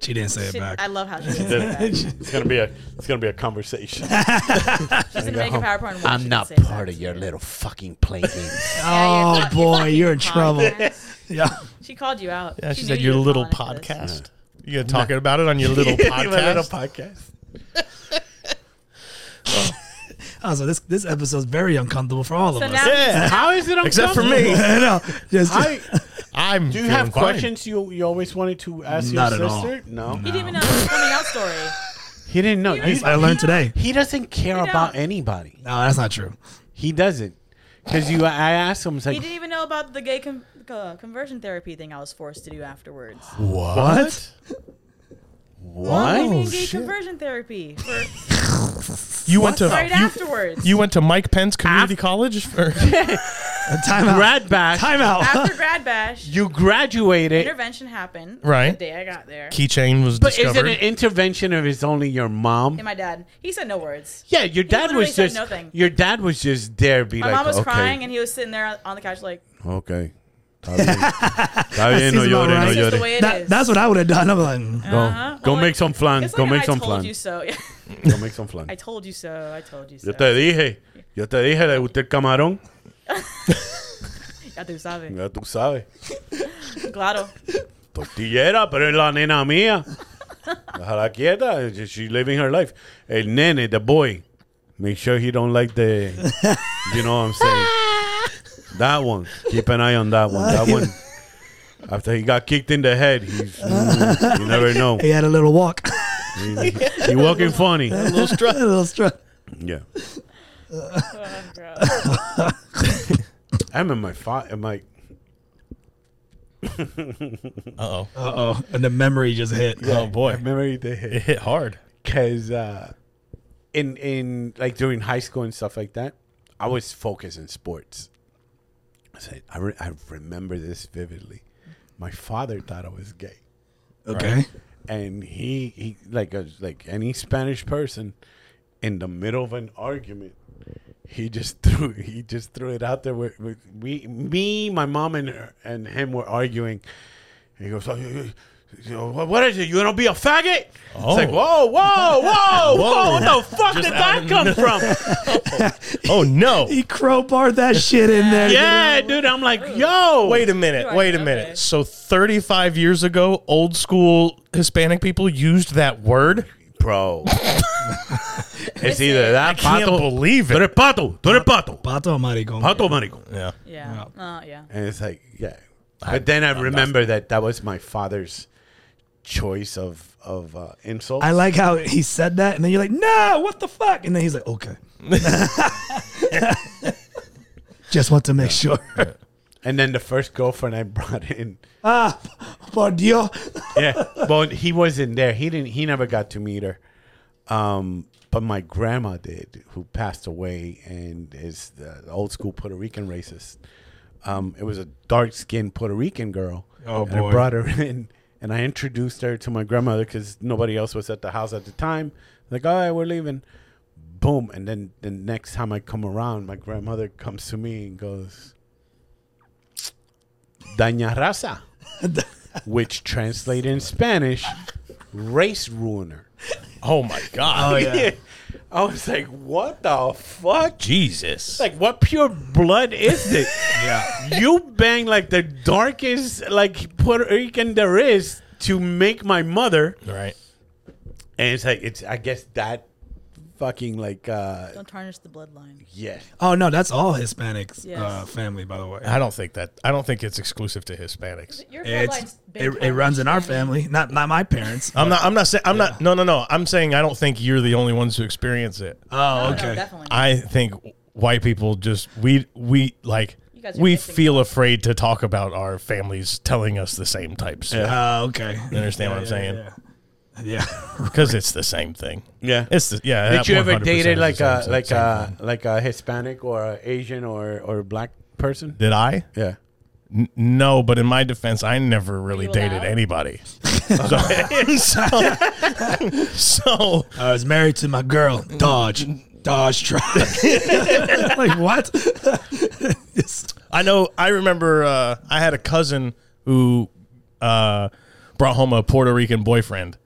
She didn't say She- it back. I love how she says that. it's gonna be a it's gonna be a conversation. She's gonna make a PowerPoint. where she I'm not says that. part of your little fucking play games. Yeah, oh you're- boy, you're in trouble. Podcast. Yeah. She called you out. Yeah, she, knew said you your were little calling into this. podcast. You're talking about it on your little podcast. podcast. Also, this this episode's very uncomfortable for all So of now us. How is it? Except for uncomfortable? me. I know. Just, I, I'm. do you feeling have fine. questions you you always wanted to ask Not at your all. sister? No. you didn't even know the coming out story. He didn't know. He, I learned today. he doesn't care don't. about anybody. No, that's not true. He doesn't. Because you, I asked him, it's He like, didn't even know about the gay con- uh, conversion therapy thing I was forced to do afterwards. What? I what? mean, gay conversion therapy for, You went to right Oh, you, afterwards. you went to Mike Pence Community College. For, Time out. Grad bash. Time out. after grad bash, You graduated. intervention happened. Right. The day I got there. keychain was But is it discovered. an intervention or is only your mom? And my dad, he said no words. Yeah, your dad literally was said just nothing. your dad was just there. Be My like, mom was okay, crying and he was sitting there on the couch like, okay. Está bien. Está bien, no Seems about llore, no right. this is the llore. way it is. That, that's what I would have done. I'm like, Go, Uh-huh. go Well, make like- some flan. It's Go like make I some told flan. you so. Yeah. Go make some flan. I told you so. I told you so. Yo te dije. Yo te dije, le gusta el camarón. Ya tú sabes. Ya tú sabes. Claro. Tortillera, pero es la nena mía. Déjala quieta. She's living her life. El nene, the boy. Make sure he don't like the. You know what I'm saying? That one. Keep an eye on that one. That one. After he got kicked in the head, he's. mm, you never know. he had a little walk. He walking funny. little strut. a little strut. Yeah. Oh, God. I remember my father. My Uh oh, Uh oh. And the memory just hit. oh boy, memory the hit. it hit hard. because uh, in in like during high school and stuff like that, I was focused in sports. I said I, re- I remember this vividly. My father thought I was gay, Okay. and he he like a, like any Spanish person, in the middle of an argument, he just threw he just threw it out there. Where, where we me my mom and her, and him were arguing. He goes, "Oh, you- you- what what is it? You gonna be a faggot? It's like, Oh. whoa, whoa, whoa, whoa! What the fuck did that come from? Oh no! He crowbarred that shit in there. yeah, dude, I'm like, yo, Wait a minute. Wait a okay. minute. So 35 years ago, old school Hispanic people used that word. bro. it's either that Can't pato, believe Tú it. eres pato, tú eres pato. Pato maricón. Pato, marico. Yeah. Yeah. Uh, yeah. and it's like, yeah. But then I remember that that was my father's choice of of uh, insult. I like how he said that, and then you're like, "No, what the fuck?" And then he's like, "Okay." Just want to make sure. And then the first girlfriend I brought in, ah, por Dios. yeah, well, he wasn't there. He didn't. He never got to meet her. Um, but my grandma did, who passed away and is the old school Puerto Rican racist. Um, it was a dark skinned Puerto Rican girl. Oh, and I boy. brought her in, and I introduced her to my grandmother because nobody else was at the house at the time. Like, all right, we're leaving. Boom, and then the next time I come around, my grandmother comes to me and goes, "Daña raza." which translated in Spanish, race ruiner. Oh my God. I was like, what the fuck? Jesus. Like, what pure blood is this? yeah. You bang like the darkest, like Puerto Rican there is to make my mother. right. And it's like, it's, I guess that fucking like, uh, Don't tarnish the bloodline. yeah. Oh no, that's all Hispanics Yes. uh, family, by the way. I don't think that, I don't think it's exclusive to Hispanics. Your It's bloodline's been it, it tarnished. runs in our family, not not my parents. I'm not, I'm not saying, I'm not, no, no, no. I'm saying I don't think you're the only ones who experience it. Oh, No, okay. No, definitely. not. I think white people just, we, we like, You guys are we missing feel afraid to talk about our families telling us the same types Oh, okay. You understand what I'm saying? Yeah. yeah. because it's the same thing. Yeah. It's the, yeah. Did that you ever 100% is dated the like same- a, same- like uh, same a, thing. like a Hispanic or a Asian or, or black person? Did I? Yeah. N- no, but in my defense, I never really you dated allowed? anybody. so, so, so I was married to my girl, Dodge. Dodge truck. like what? It's- I know. I remember. Uh, I had a cousin who uh, brought home a Puerto Rican boyfriend,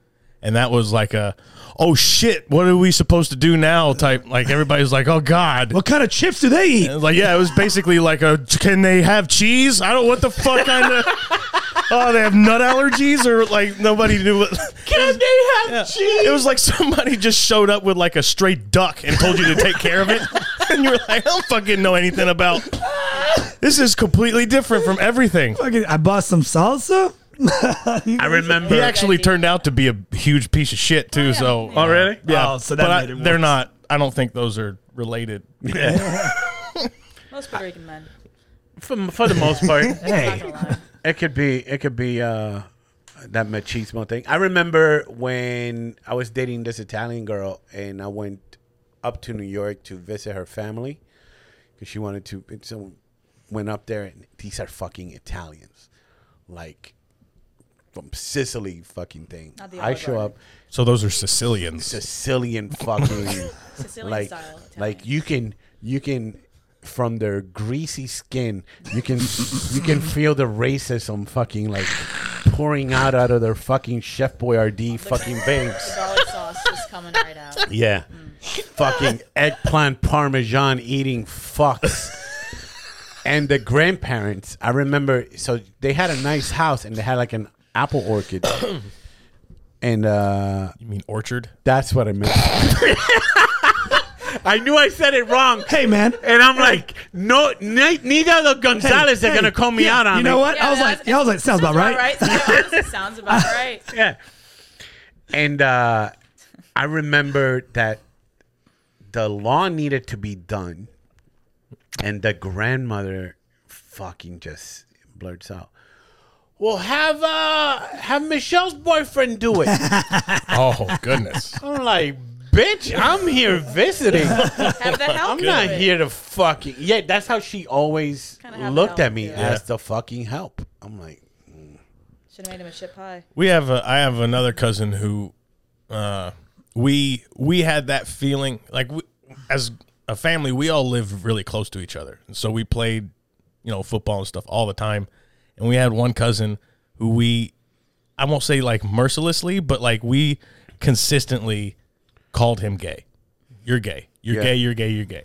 and that was like a, oh shit, what are we supposed to do now? Type like everybody's like, oh god. what kind of chips do they eat? And Like yeah, it was basically like a. Can they have cheese? I don't. What the fuck kind of. Oh, they have nut allergies, or like nobody knew. What, can they have cheese? It was like somebody just showed up with like a stray duck and told you to take care of it, and you're like, I don't fucking know anything about. This is completely different from everything. Fucking, I bought some salsa. I remember. He actually turned out to be a huge piece of shit too. So Oh, really? yeah, Oh, so that but I, made it they're worse. not. I don't think those are related. Most Puerto Rican men. For, for the most part, Not Hey, gonna lie. It could be. It could be uh, that machismo thing. I remember when I was dating this Italian girl, and I went up to New York to visit her family because she wanted to. And so went up there, and these are fucking Italians, like from Sicily, fucking thing. Not the I show oligarch. up So those are Sicilians. Sicilian fucking. Sicilian like style. Italian. like you can you can from their greasy skin you can you can feel the racism fucking like pouring out out of their fucking chef boyardee fucking The veins garlic sauce is coming right out. yeah fucking eggplant parmesan eating fucks and the grandparents i remember so they had a nice house and they had like an apple orchid and uh You mean orchard? that's what i meant I knew I said it wrong. hey, man. And I'm like, no, ne- neither of the Gonzalez are Hey, gonna call me yeah, out on You know it. what? I was like, yeah, I was like, sounds about right. Sounds, sounds about right. Yeah. And uh, I remember that the lawn needed to be done, and the grandmother fucking just blurts out, "Well, have uh, have Michelle's boyfriend do it." Oh goodness. I'm like, "Bitch, I'm here visiting. Have the help. I'm do not it. here to fucking." Yeah, that's how she always Kinda have looked help, at me yeah. as the fucking help. I'm like, Should have made him a shit pie. We have a, I have another cousin who uh we we had that feeling like we, as a family we all lived really close to each other. And so we played, you know, football and stuff all the time. And we had one cousin who we I won't say like mercilessly, but like we consistently called him gay. You're gay. You're Yeah. gay, you're gay, you're gay.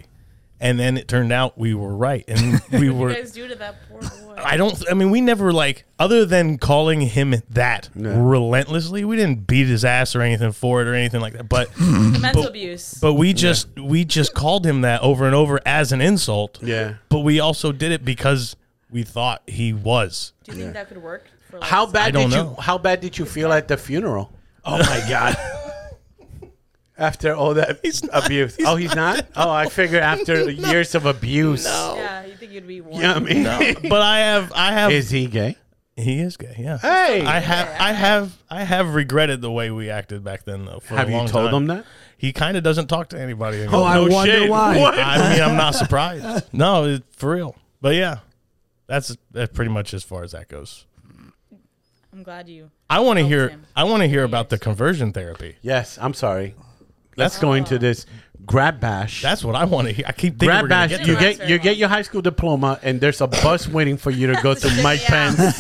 And then it turned out we were right and we were What you guys do to that poor boy? I don't. I mean, we never like other than calling him that relentlessly. We didn't beat his ass or anything for it or anything like that. But Mental abuse. but we just we just called him that over and over as an insult. Yeah. But we also did it because we thought he was. do you think that could work? For like, "How bad don't did know. you? How bad did you feel at the funeral?" Oh my god. After all that abuse. oh, he's not? Oh, I figure after years of abuse. Yeah, you think you'd be warm? You know what I mean? But I have I have Is he gay? he is gay. Yeah. Hey. I have I have I have regretted the way we acted back then though. For a Have you long told time. him that? He kind of doesn't talk to anybody anymore. Oh, I No wonder shit. why. What? I mean, I'm not surprised. No, it, for real. But yeah, that's that's pretty much as far as that goes. I'm glad you. I want to hear. him. I want to hear about the conversion therapy. Yes, I'm sorry. Let's go into this grab bash. That's what I want to hear. I keep thinking grab we're gonna bash. get to you it. that. get you get your high school diploma and there's a bus waiting for you to go to Mike Pence.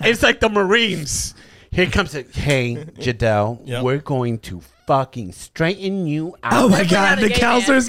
it's like the Marines. Here comes it. Hey, Jadell, Yep. we're going to fucking straighten you out. Oh my not god, a the gay counselor's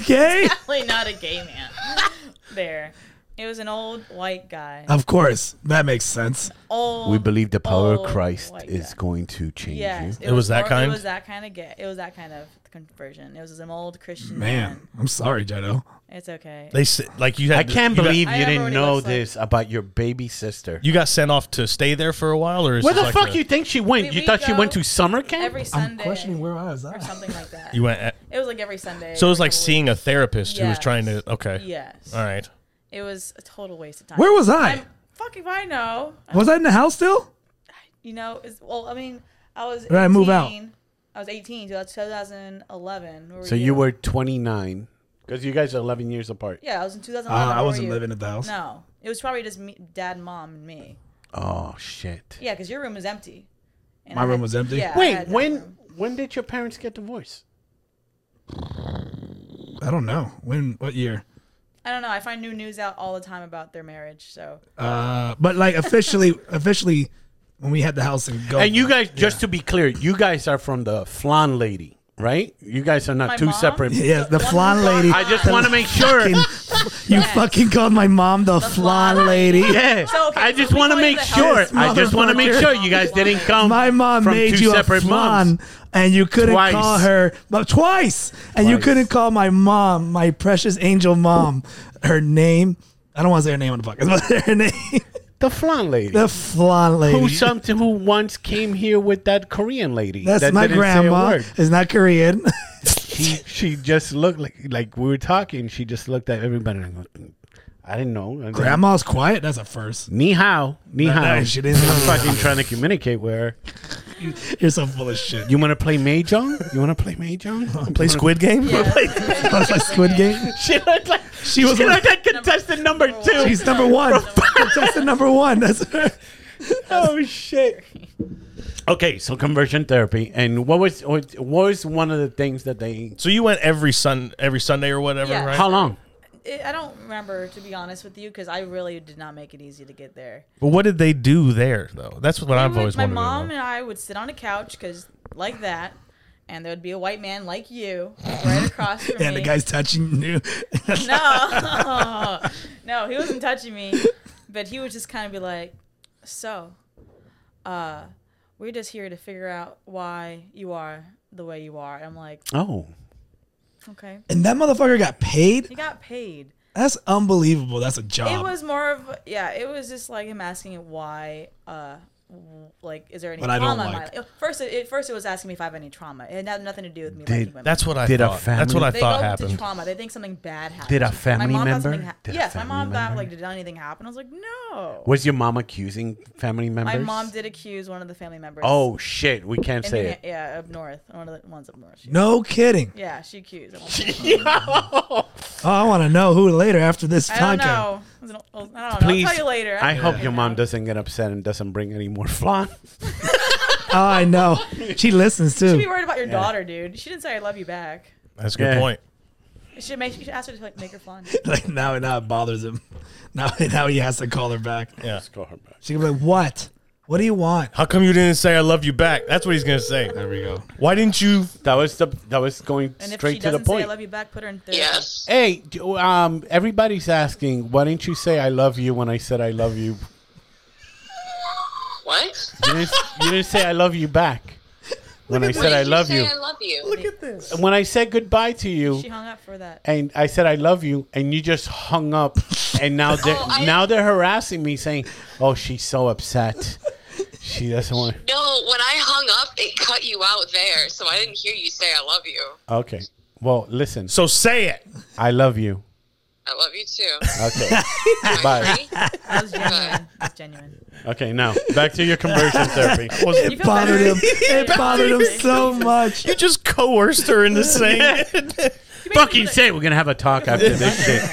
gay? Definitely not a gay man. there. It was an old white guy. Of course. That makes sense. Old. we believe the power old of Christ white is guy. going to change Yes, you. It was that more- kind? It was that kind of gay. It was that kind of conversion. It was an old Christian man. Man, I'm sorry, Jado. It's okay. They s- like you. Had I to- can't you got- believe I you have didn't already know looked like- this about your baby sister. you got sent off to stay there for a while, or is Where this the like fuck a- you think she went? We- you we thought she go went to summer camp? every Sunday Questioning where I was or at. something like that. You went. At, it was like every Sunday. so it was like couple seeing a therapist who was Yes. trying to. Okay. weeks. Yes. All right. It was a total waste of time. Where was I? I'm, fuck if I know. Was I in the house still? You know, it's, well, I mean, I was. did I move out? 18. I was 18, so that's 2011. Where so you were 29 Because you guys are 11 years apart. Yeah, I was in 2011. Uh, Where I were wasn't you? living at the house. No, it was probably just me, dad, mom, and me. Oh shit. Yeah, because your room was empty. And My room was empty? Yeah, I Wait, had that when room. when did your parents get divorced? I don't know when, what year. I don't know. I find new news out all the time about their marriage. So Uh, but like officially, officially, when we had the house in Go. And you guys, just to be clear, you guys are from the flan lady, right? You guys are not My two mom? separate. yeah, the One flan flan. lady. I just The wanna make sure. fucking- you fucking called my mom the, flan flan lady. Yeah. So, okay, I so just we want to call you make the sure. house I just want to make motherfucker. sure you guys didn't come. My mom from made two you a separate flan, moms. and you couldn't Twice. call her but twice, and you Twice. couldn't call my mom, my precious angel mom, her name. I don't want to say her name on the podcast, but her name, The flan lady. the flan lady. who something who once came here with that Korean lady. That's that my didn't say a grandma. word. It's not Korean. She she just looked like like we were talking. She just looked at everybody. And goes, I didn't know. And then, Grandma's quiet. That's a first. Ni hao, ni hao. no, she didn't. I'm fucking trying to communicate with her. You're so full of shit. You want to play mahjong? You want to play mahjong? play Squid Game? play Squid Game? she looked like She was. she looked like contestant number two. She's number one. Contestant number one. That's her. oh shit. Okay, so conversion therapy, and what was what was one of the things that they? So you went every sun every Sunday or whatever, Yeah. right? How long? it, I don't remember to be honest with you because I really did not make it easy to get there. But what did they do there though? That's what I've We would- always my wondered. to mom know. and I would sit on a couch because like that, and there would be a white man like you right across from me. And the guy's touching you. No, no, he wasn't touching me, but he would just kind of be like, "So, uh, we're just here to figure out why you are the way you are." I'm like, Oh, "Okay, and that motherfucker got paid. he got paid." That's unbelievable. That's a job. Um, It was more of yeah. It was just like him asking why. Uh, w- like, is there any But I trauma? don't in my like- life? First, it, it- first it was asking me if I have any trauma. It had nothing to do with me Did- liking women. That's what I Did a thought. That's what I they thought go happened. to trauma. They think something bad happened. Did a My family mom thought member- something Ha- did a yes, my family mom thought member- like, did anything happen? I was like, no. was your mom accusing family members? My mom did accuse one of the family members. Oh shit, we can't in say New- it. Yeah, up north. One of the ones up north. She- no kidding. Yeah, she accused. Oh, I want to know who later after this I don't podcast. know. I don't know. I don't know. Please, I'll tell you later. I hope your mom doesn't get upset and doesn't bring any more flan. Oh, I know. She listens She'd be too. worried about your daughter, dude. She didn't say I love you back. That's a good Yeah. point. You should make. You should ask her to like make her fun. Like now, now it bothers him. Now, now he has to call her back. Yeah. call her back. She can be like, "What? What do you want?" How come you didn't say I love you back? That's what he's gonna say. There we go. Why didn't you? That was the that was going And if she straight to the doesn't say I point. love you back, put her in therapy. Yes. Hey, do- um, everybody's asking, why didn't you say I love you when I said I love you? What? You didn't, you didn't say I love you back when I What said I did love say you. I love you. When I said goodbye to you She hung up for that. and I said I love you and you just hung up and now they're Oh, I- now they're harassing me saying, "Oh, she's so upset. She doesn't want." No, when I hung up, it cut you out there, so I didn't hear you say I love you. Okay. Well, listen. So say it. I love you. I love you too. Okay. Am I Bye. free? That was genuine. That was genuine. Okay, now back to your conversion therapy. You It feel better? bothered him. It bothered him so much. You just coerced her into saying it. fucking say we're gonna have a talk after this shit.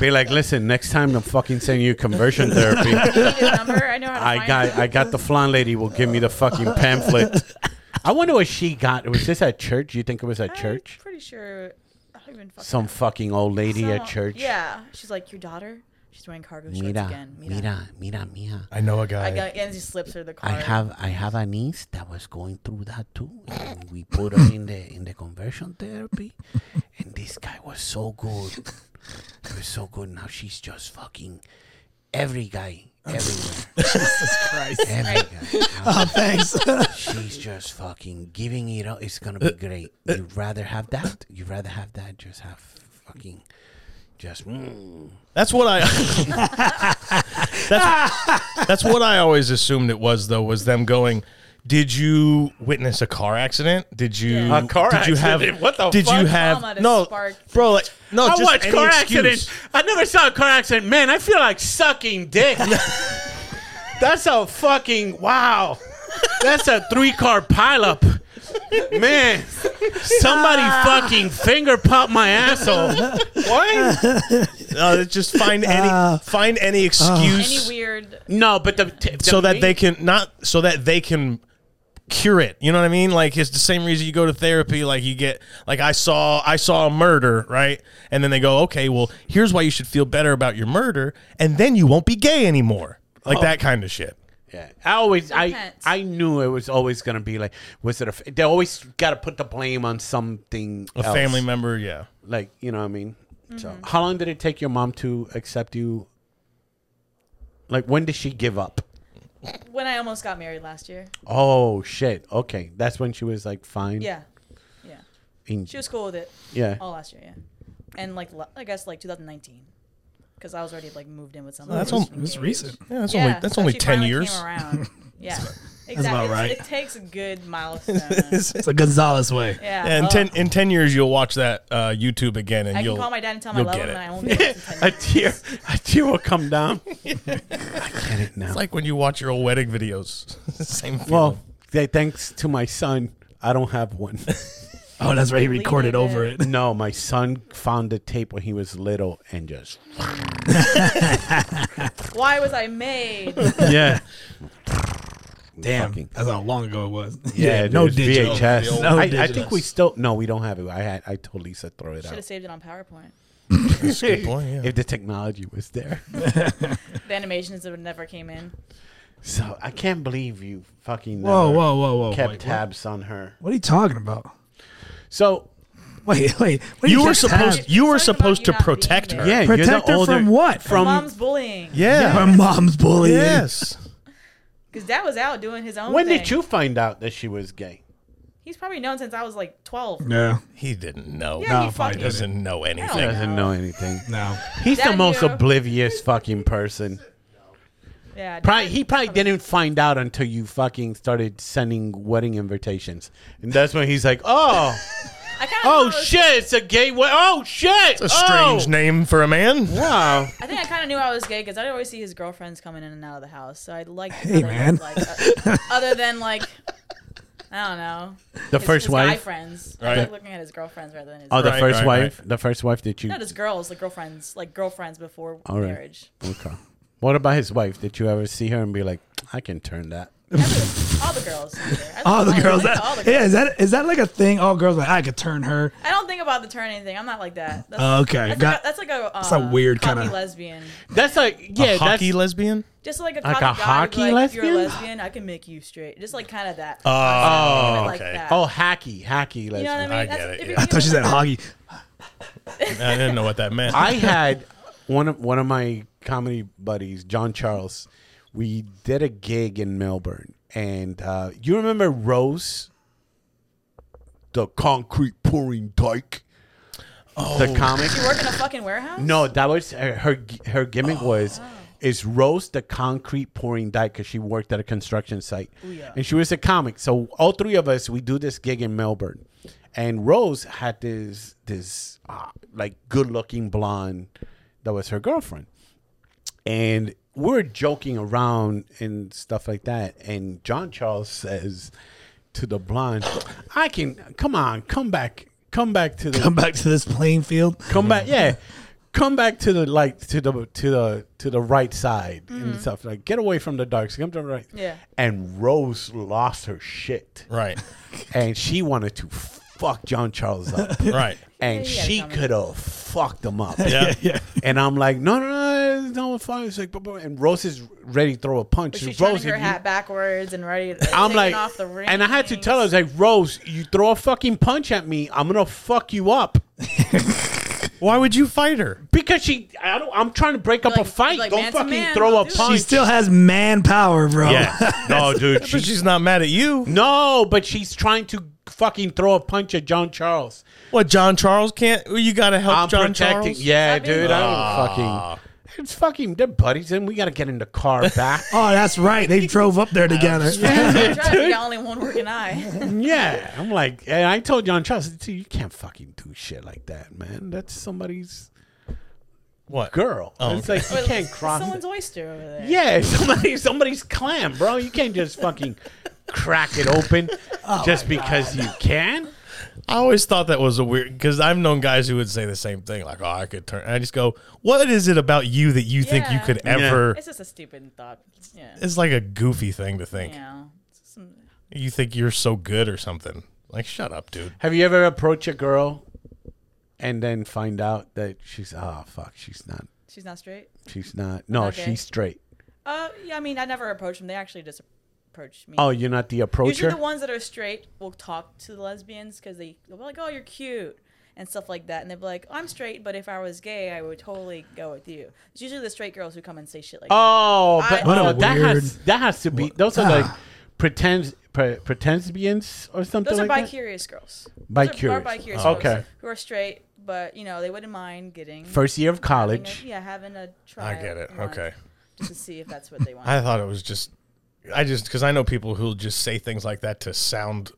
Be like, listen, next time I'm fucking sending you conversion therapy. Need his number. I know how to I find got her. I got the flan lady will give me the fucking pamphlet. I wonder what she got. Was this at church? You think it was at I'm church? pretty sure. I don't even fucking Some know. fucking old lady Some- at church. Yeah, she's like your daughter. She's wearing cargo shorts Mira, again. Mira. mira, mira, mira. I know a I guy. got, and she slips her the I card. have I have a niece that was going through that too. And we put her in the in the conversion therapy, and this guy was so good. He was so good. Now she's just fucking every guy everywhere. Jesus Christ. Every guy. Oh, thanks. She's just fucking giving it up. It's gonna be great. uh, You'd rather have that? You'd rather have that? Just have fucking. Just mm. That's what I. that's, that's what I always assumed it was, though, was them going. Did you witness a car accident? Did you Yeah. A car did you accident? Have, What the Did fuck? you have Trauma to no, spark- bro? Like no, I just watched any car excuse. accidents. I never saw a car accident. Man, I feel like sucking dick. That's a fucking wow. That's a three car pileup. Man, Somebody Ah. fucking finger pop my asshole. What? Uh, Uh, just find any find any excuse Any weird. no, but the, t- the so that they main- can not so that they can cure it. You know what I mean? Like it's the same reason you go to therapy. Like you get like I saw I saw a murder right, and then they go, okay, well here's why you should feel better about your murder, and then you won't be gay anymore. Oh. Like that kind of shit. Yeah. I always I Depends. I knew it was always gonna be like was it a f- they always got to put the blame on something A else. family member, yeah. like you know what I mean. So how long did it take your mom to accept you? Like when did she give up? When I almost got married last year. Oh shit! Okay, that's when she was like fine. Yeah. Yeah. In- She was cool with it yeah. all last year, yeah. And like, la- I guess like 2019. Because I was already like moved in with someone. That's who was al- it's engaged. recent. Yeah, that's Yeah, only that's so only she ten finally years. Came around. Yeah. Exactly. about It's- right. It takes a good milestone. It's a Gonzalez way. Yeah. And oh. ten in ten years you'll watch that uh, YouTube again, and I you'll can call my dad and tell him I you'll love get him, it. and I won't be able to tell A him. tear, a tear will come down. I get it now. It's like when you watch your old wedding videos. Same feeling. well, they, thanks to my son, I don't have one. Oh, that's right. He recorded it over it. no, my son found the tape when he was little and just Why was I made? yeah, Damn, Fucking- that's how long ago it was. yeah. no dude, digital. VHS. No I, I digital. think we still no, we don't have it. I had I told Lisa throw it Should have out. saved it on PowerPoint. point, yeah. If the technology was there. The animations that never came in. So I can't believe you fucking Whoa, never whoa, whoa, whoa. kept wait, what? tabs on her. What are you talking about? So Wait, wait. what are you were kept supposed tabs- you were Something about supposed you to not being protect there. her. yeah, you're protect the her older, from what? From Mom's bullying. Her mom's bullying. Yes. Because dad was out doing his own when thing. did you find out that she was gay? He's probably known since I was like 12. No, He didn't know. Yeah, No, he fine, fucking doesn't- doesn't know anything. Yeah. Doesn't know anything. no. He's the Dad most knew. oblivious fucking person. Yeah. Probably, he probably didn't find out until you fucking started sending wedding invitations, and that's when he's like, "Oh, I kinda oh knew I was- shit, it's a gay wed. Oh shit, It's a strange oh, name for a man. Wow, I think I kind of knew I was gay because I'd always see his girlfriends coming in and out of the house. So I liked. Hey, man. Like, uh, other than like, I don't know. the his, first his guy wife. friends. Right. I like looking at his girlfriends rather than his. Oh, the Right, first right, wife. The first wife. Did you? not his girls, like girlfriends, like girlfriends before right. marriage. Okay. What about his wife? Did you ever see her and be like, I can turn that? Every- all the girls. in there. I All the like girls. All, That, the girls. yeah, is that is that like a thing? All girls like I could turn her. I don't think about the turning thing. I'm not like that. That's, Oh, okay. That's, Got- like a, that's like a. Uh, a weird cocky kinda- lesbian. That's like, yeah, a hockey that's. lesbian. Just like a Like cocky a guy who'd be hockey like, If you're a lesbian? lesbian, I can make you straight. Just like kind of that. Oh, like okay. that. Oh, hacky, hacky. Lesbian. You know what I mean? I That's- get it, if yeah. you're I thought she said gonna- hockey. I didn't know what that meant. I had one of one of my comedy buddies, John Charles. We did a gig in Melbourne, and uh, you remember Rose, the concrete pouring dyke, oh. the comic. You work in a fucking warehouse? No, that was her. Her, her gimmick was is Rose the concrete pouring dyke because she worked at a construction site, and she was a comic. So all three of us we do this gig in Melbourne, and Rose had this this uh, like good looking blonde that was her girlfriend, and we we're joking around and stuff like that. And John Charles says to the blonde, "I can come on, come back." Come back to the Come back to this playing field. come back yeah come back to the like to the to the to the right side and stuff like get away from the dark side, come to the right Mm-hmm. Yeah. and rose lost her shit right. and she wanted to fuck john charles up Right. Yeah, you and gotta she tell me. could have fucked him up Yeah. Yeah. and i'm like no no no no fuck it's like, blah, blah. and rose is ready to throw a punch But she's rose turning her if you- hat backwards and ready. To, I'm like, off the ring. and I had to tell her, I was like, Rose, you throw a fucking punch at me, I'm gonna fuck you up. Why would you fight her? Because she, I don't, I'm trying to break up Like- a fight. like don't man to fucking man, throw we'll a do it. punch. She still has manpower, bro. no, dude. But She, she's not mad at you. no, but she's trying to fucking throw a punch at John Charles. What? John Charles can't. well, You got to help I'm John protecting. Charles. Yeah, Stop being dude. I don't fucking. It's fucking. They're buddies, and we gotta get in the car back. Oh, that's right. They drove up there together. I'm trying to be the only one working eye. yeah, I'm like, and I told John Charles, dude, you can't fucking do shit like that, man. That's somebody's What? girl. Oh, it's okay. like you can't cross. Someone's oyster over there. Yeah, somebody, somebody's clam, bro. You can't just fucking crack it open just because you can. I always thought that was a weird because I've known guys who would say the same thing, like, "Oh, I could turn." And I just go, "What is it about you that you think you Yeah. could Yeah. ever?" It's just a stupid thought. Yeah. It's like a goofy thing to think. You know. It's just some- You think you're so good or something. Like, shut up, dude. Have you ever approached a girl and then find out that she's oh fuck, she's not she's not straight. she's not no, Okay. she's straight. Uh, yeah. I mean, I never approach them. They actually just approach me. Oh, you're not the Usually approacher? the ones that are straight will talk to the lesbians because they will be like, "Oh, you're cute." And stuff like that, and they'll be like, "I'm straight, but if I was gay, I would totally go with you." It's usually the straight girls who come and say shit like, oh, but I- What a no, that has weird- that has to be those are like pretends pre, pretensians or something ah. "Those are like that. bi-curious girls." Bi- Those are- curious. are bi-curious Oh, girls okay. who are straight, but you know they wouldn't mind getting First year of having a- college. yeah, having a try. I get it. Okay. just to see if that's what they want. I thought it was just, I just because I know people who'll just say things like that to sound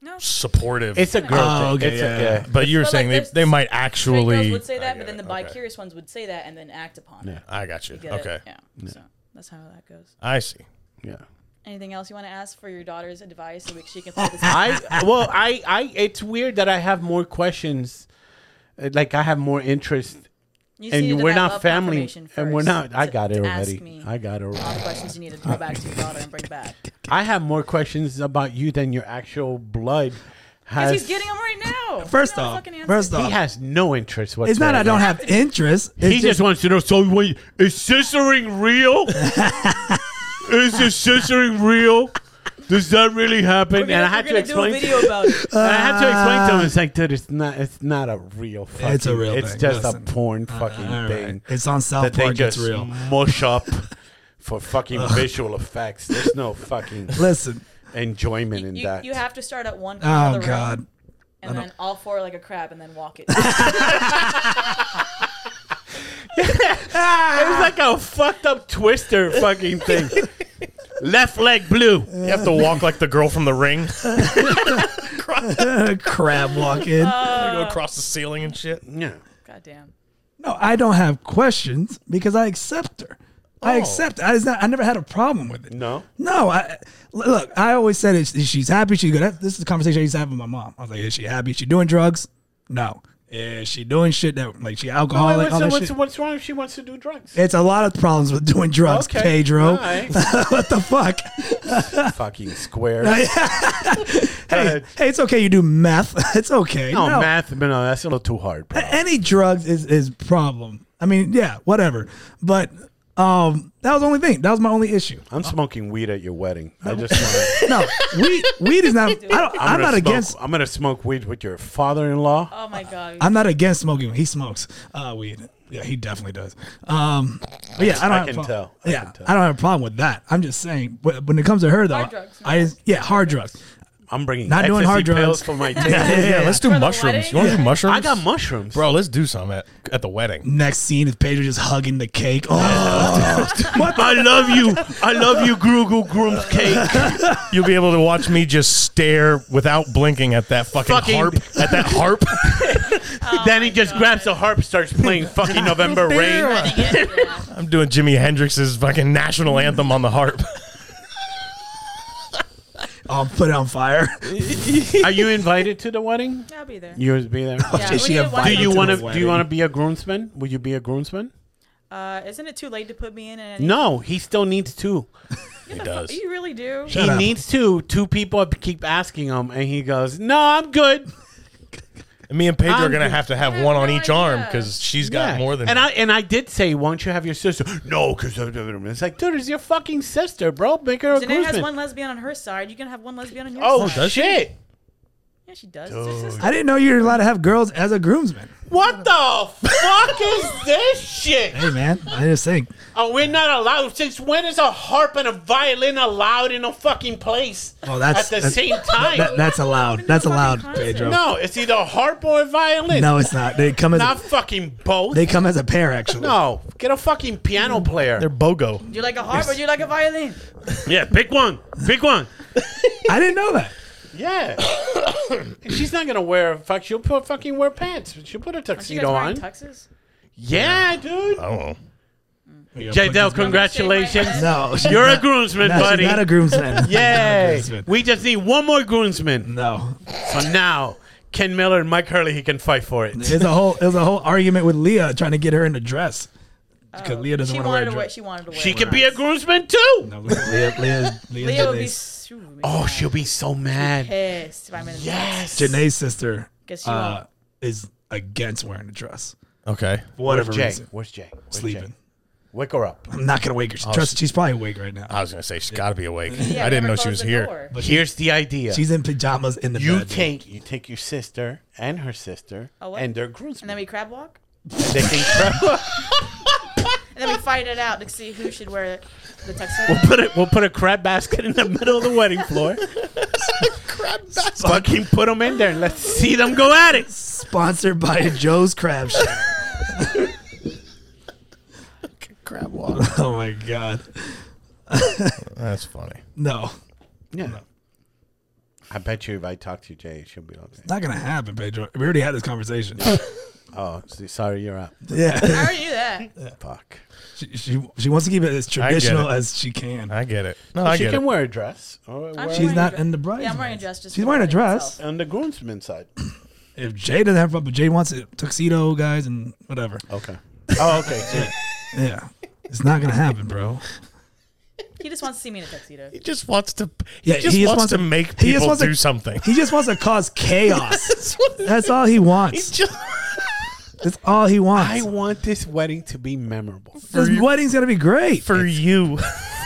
no, straight supportive. It's a girl Oh, thing. okay, it's yeah, a, yeah. but you're But, like, saying there's- they, they might girls actually. would say that, I but get then the it. Okay. bi-curious ones would say that and then act upon it. I got you. Get it? okay, Yeah. So that's how that goes. I see. yeah. Anything else you want to ask for your daughter's advice so we- she can play this? I well, I I it's weird that I have more questions uh, like I have more interest You just needed and to we're have not love family confirmation and we're first not I to- got it to ask already. me I got it all the already. questions you need to throw back to your daughter and bring back. I have more questions about you than your actual blood has. Because he's getting them right now. First You know the off, fucking answer. first he off, has no interest whatsoever. it's not I don't have interest. It's He just, wants to know. So, wait, is scissoring real? is the scissoring real? Does that really happen? We're and gonna- I had we're gonna to do a explain- video about it. And I have to explain to him. It's like, dude, it's not. It's not a real. Fucking, It's a real It's thing. just Listen. Uh, a porn fucking all right. thing. It's on South that they Park, it's just real. mush up for fucking visual effects. There's no fucking listen. enjoyment in You, that. you have to start at one corner Oh of the room. God, and then all four like a crab, and then walk it. it was like a fucked up twister fucking thing. Left leg blue. You have to walk like the girl from the ring, crab walk in. go across the ceiling and shit. yeah. Goddamn. No, I don't have questions because I accept her. I Oh. accept. I, it's not, I never had a problem with it. No. No, I look. I always said it. She's happy. She's good. That- This is the conversation I used to have with my mom. I was like, "Is she happy? Is she doing drugs? No. Is she doing shit that like she Wait, alcoholic? what's, Oh, all that what's, shit? what's wrong if she wants to do drugs? It's a lot of problems with doing drugs, Okay. Pedro. All right. what the fuck? fucking square. hey, hey, it's okay. You do meth. It's okay. Uh, No, No, math, but no, that's a little too hard. Bro. any drugs is is problem. I mean, yeah, whatever. But um, that was the only thing. That was my only issue. I'm smoking weed at your wedding. I just want No, weed, weed is not. I don't, I'm, not against. I'm gonna smoke weed with your father-in-law. Oh my god. I'm not against smoking. He smokes uh, weed. Yeah, he definitely does. Um, but yeah, I don't. I have a can prob- tell. I yeah, can tell. I don't have a problem with that. I'm just saying wh- when it comes to her though, Hard drugs, I no. yeah, hard drugs. I'm bringing Not doing ecstasy hard drugs. pills for my Yeah, table. yeah, yeah. let's do For the mushrooms. wedding? You want to do mushrooms? I got mushrooms, Bro, let's do some at, at the wedding. Next scene is Pedro just hugging the cake. Oh, what the- I love you. I love you, Grugel Groom's cake. You'll be able to watch me just stare without blinking at that fucking, Fucking- harp. At that harp. then he just grabs a harp, starts playing fucking November Rain. I'm doing Jimi Hendrix's fucking national anthem on the harp. I'll oh, put it on fire. Are you invited to the wedding? I'll be there. You would be there. Yeah, Is we she need a one of the- vibe? Do you To want the to? Do wedding. you want to be a groomsman? Will you be a groomsman? Uh, isn't it too late to put me in? At any No, he still needs two. He does. You really do. he up. needs two. Two people keep asking him, and he goes, "No, I'm good." Me and Pedro are I'm- going to have to have I have one on no each arm idea. because she's got Yeah. more than and I and I did say, "Won't you have your sister?" No, because it's like, dude, it's your fucking sister, bro. Make her a Janae has groomsman. one lesbian on her side. You can have one lesbian on your Oh, side. does she? shit! Yeah, she does. It's her sister. I didn't know you were allowed to have girls as a groomsman. What the fuck is this shit? Hey man, I just saying. Oh, we're not allowed. Since when is a harp and a violin allowed in a fucking place Oh, that's at the that's, same time? that- that's allowed. That's allowed, Pedro. no, it's either a harp or a violin. No, it's not. They come as not a, fucking both. they come as a pair actually. no, get a fucking piano player. They're BOGO. Do you like a harp or do you like a violin? Yeah, pick one. Pick one. I didn't know that. Yeah. And she's not gonna wear. Fuck, she'll put fucking wear pants. She'll put a She guys tuxedo wearing on. tuxes? yeah, dude. I don't know. Jadel, congratulations. No, she's You're a not- groomsman, no, she's buddy. not a groomsman. She's not a Yay! groomsman. We just need one more groomsman. No, So now, Ken Miller and Mike Hurley, he can fight for it. There's a whole there's a whole argument with Leah trying to get her in a dress because Leah Oh. doesn't she want to wear wanted a to wear. dress. She wanted to wear. She could be a groomsman too. No, Leah, Leah, Leah, Leah's Leah would be. Janae's- She would be Oh, mad. she'll be so mad. pissed if I'm in. Yes. Janae's sister Guess she uh, won't. is against wearing a dress. Okay. For Where's whatever Jay? reason. Where's Jay? Where's Jay? Sleeping. Wake her up. I'm not gonna wake her. Trust, she's probably awake right now. I was gonna say she's got to be awake. Yeah, I didn't never know she close was the here. door. Here's the idea. She's in pajamas in the you bedroom. take you take your sister and her sister what? and their groomsmen. And then we crab walk. they can grow. And then we fight it out to see who should wear the tuxedo. put it. We'll put a crab basket in the middle of the wedding floor. Fucking put them in there and let's see them go at it. Sponsored by Joe's Crab Shack. Crab water. oh my god. That's funny. No, Yeah. I bet you if I talk to Jay, she'll be okay. not gonna happen, Pedro. We already had this conversation. Oh, so- sorry, you're up. yeah, How are you that? Fuck. she, she she wants to keep it as get traditional it. as she can. I get it. No, I she get can it. wear a dress or I'm wear She's wearing not a dre- in the bride. Yeah, I'm wearing a dress. Just She's for wearing a the wedding dress. itself. on the groomsman side. If Jay doesn't have, but Jay wants a tuxedo, guys, and whatever. Okay. Oh, okay. so- Yeah, it's not gonna happen, bro. He just wants to see me in a tuxedo. He just wants to. He Yeah, just wants, to, make he just people wants to- do something. He just wants to cause chaos. That's all he wants. That's all he I wants. want this wedding to be memorable This wedding's gonna be great. for you.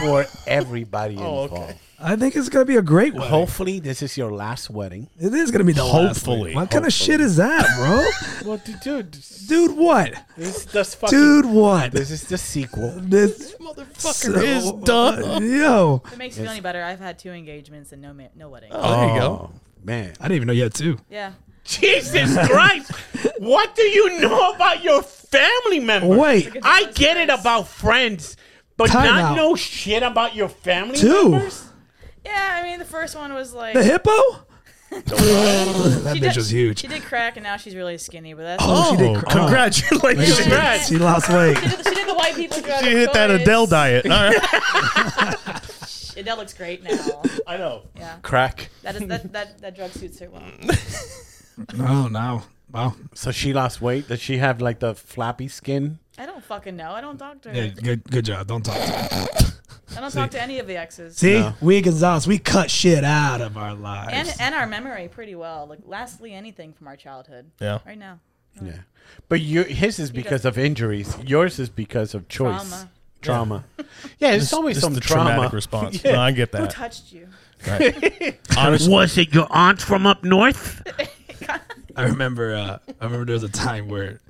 for everybody Oh, involved. okay. I think it's gonna be a great wedding. Hopefully, this is your last wedding. it is gonna be the last Hopefully. wedding. What kind of shit is that, bro? Well, dude, dude, this Dude, what? this fucking, Dude, what? this is the sequel. This Motherfucker is done. Yo, If it makes you feel any better, I've had two engagements and no ma- no wedding. Oh, there you go. Oh man, I didn't even know you had two. Yeah. Jesus Christ! What do you know about your family members? Wait, I get it about friends, but Time not out. know shit about your family Two? members. Yeah, I mean, the first one was like. the hippo? that she bitch did- was huge. She did crack, and now she's really skinny. But that's. Oh, she did. Oh, cr- congratulations. Yeah. oh, she lost weight. She, did, she did the white people. You hit that Adele diet. All right. Adele looks great now. I know. Yeah, crack. that is that that, that drug suits her well. Oh no! Wow. So she lost weight. Does she have like the flappy skin? I don't fucking know. I don't talk to her. Yeah, good. Good job. Don't talk to me. I don't talk to any of the exes. See, we Gonzalez, we cut shit out of our lives. And and our memory pretty well. Like lastly, anything from our childhood. Yeah. Right now. Yeah, but your his is because of injuries. Yours is because of choice. Trauma. Trauma. Yeah, there's always Just some the trauma. traumatic response. Yeah. No, I get Who that. touched you? Honestly, Was it your aunt from up north? I remember, uh, I remember there was a time where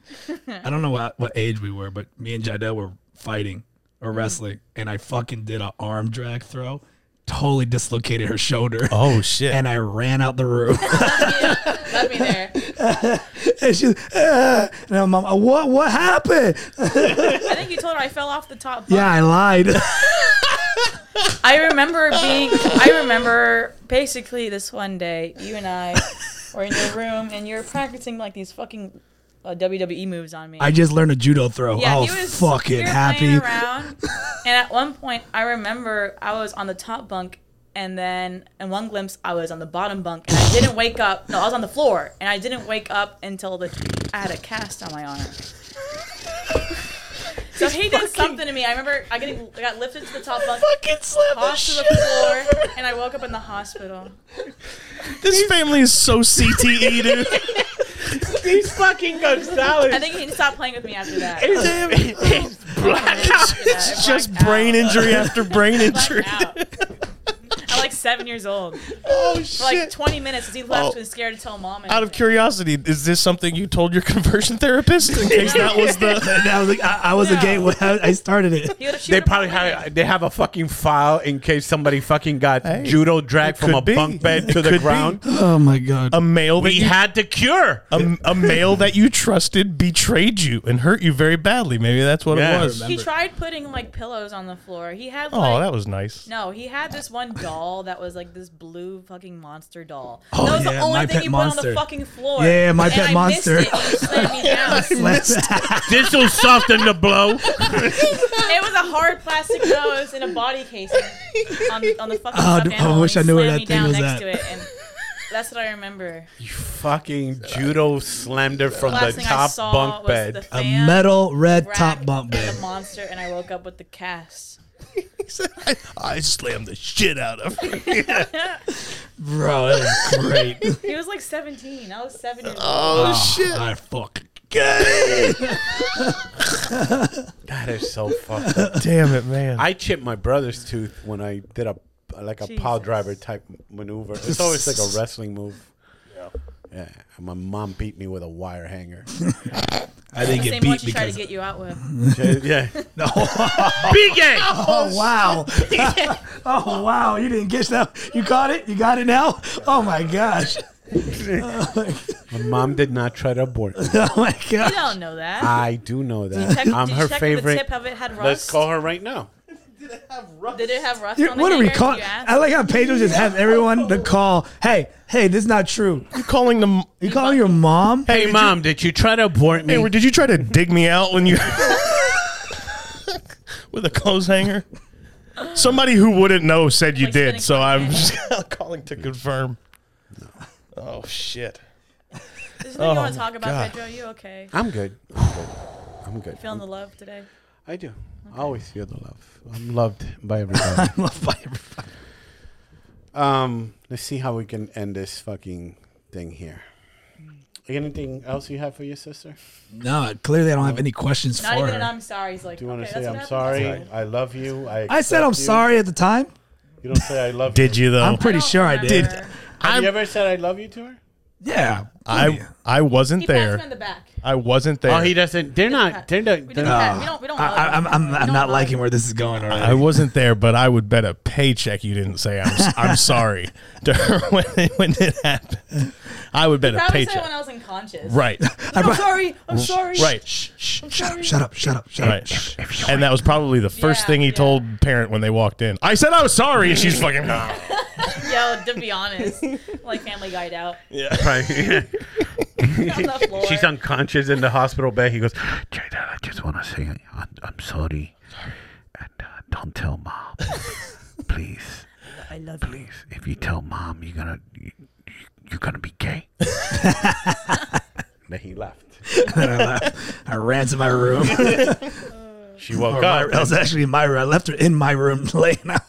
I don't know what, what age we were, but me and Jadel were fighting or Mm-hmm. wrestling, and I fucking did an arm drag throw, totally dislocated her shoulder, oh shit. and I ran out the room. Let me there. and she, ah. and I'm, like, what, what happened? I think you told her I fell off the top. Yeah, I lied. I remember being. I remember basically this one day, you and I were in your room and you're practicing like these fucking uh, WWE moves on me. I just learned a judo throw. Yeah, I Oh, he was was fucking we were happy. Playing around, and at one point, I remember I was on the top bunk, and then in one glimpse, I was on the bottom bunk, and I didn't wake up. No, I was on the floor, and I didn't wake up until the I had a cast on my arm. So he did something to me. I remember I getting I got lifted to the top bunk, fucking slap the tossed to the shit. floor, and I woke up in the hospital. This family is so CTE, dude. These fucking I Gonzalez. think he stopped playing with me after that. It's blackout. It's It's just brain injury after brain injury. out. I'm like seven years old. Oh For like shit. 20 minutes, 'cause he left Oh. and scared to tell mom. Out of anything. curiosity, is this something you told your conversion therapist in case that was the? And I was like, I, I was a No. gay. when I I started it. He would've- she They would've probably probably- have they have a fucking file in case somebody fucking got Hey, judo dragged from could a be. bunk bed It to the could be. ground. Oh my god. A male that We you, had the cure. a, a male that you trusted betrayed you and hurt you very badly. Maybe that's what Yeah, I it was. He tried putting like pillows on the floor. He had like. Oh, that was nice. no, he had this one doll that was like this blue fucking monster doll. Oh, that was yeah, the only My thing Pet you put Monster. on the fucking floor. Yeah, My and Pet I Monster. Missed it. and you slammed me down. This'll soften the blow. it was a hard plastic nose in a body casing on, on the fucking Oh, stuffed I animal. wish and I knew he where slammed that me thing down was next at. to it. And That's what I remember. You fucking judo slammed her from the Last thing I top saw bunk was the bed. A fan metal red rack top bunk and bed. the monster, and I woke up with the cast. I, I slammed the shit out of her. Bro, that is great. oh, He was like 17. I was seven Uh, years old. shit. Ah, I fuck. That is so fucked up. Damn it, man. I chipped my brother's tooth when I did a like a pile Jesus. driver type maneuver. It's always like a wrestling move. Yeah. and my mom beat me with a wire hanger. I The didn't get same one beat she tried to because. get you out with. yeah. No. B gang. Oh, wow. oh, wow. You didn't get that. You caught it? You got it now? Oh, my gosh. My mom did not try to abort me. Oh, my You God. don't know that. I do know that. Check- I'm did you check her if The favorite. tip of it had rust. Let's call her right now. Did it have rust Dude, on the what are we hanger? Did calling? you ask? I like how Pedro just has everyone to call. Hey, hey, this is not true. you calling them? You call your mom? Hey, mom, did you try to abort me? Hey, did you try to dig me out when you with a clothes hanger? Somebody who wouldn't know said you Like spinning did, so I'm clothes just calling to confirm. Oh shit! Is there anything you want to my talk about, God. Pedro? You okay? I'm good. I'm good. I'm good. Feeling the love today? I do. I always feel the love. I'm loved by everybody. I'm loved by everybody. um, let's see how we can end this fucking thing here. Anything else you have for your sister? No, clearly I don't have any questions Not for even her. an I'm sorry. He's like, Do you want okay, to that's say what I'm happened. sorry? I love you. I. I said accept I'm you"? sorry at the time. You don't say I love. Did you though? I'm pretty I don't sure I did. remember. Have you ever said I love you to her? Yeah. I I wasn't He passed there. me in the back. I wasn't there. Oh, he doesn't. They're not. They're not. uh, We They're don't, not. we don't, we don't I, love I, I'm, him. I'm, We I'm don't not love liking him. where this is going already. I wasn't there, but I would bet a paycheck you didn't say I'm s- I'm sorry to her when it, when it happened. I would bet a Probably said when paycheck. I was unconscious. Right, I'm sorry. I'm sorry. right, shut, up, shut up, shut up, shut up. right. And that was probably the first Yeah, thing he yeah. told parent when they walked in. I said I was sorry, and she's fucking. Yo, to be honest, like Family Guide out. On the floor. She's unconscious in the hospital bed. He goes. Jada, I just want to say I'm, I'm sorry. And uh, don't tell mom. Please. I love you. Please. If you tell mom, you're going to. You, you're gonna be gay. Then he left. I ran to my room. She woke Or my- up. I was actually in my room. I left her in my room laying out.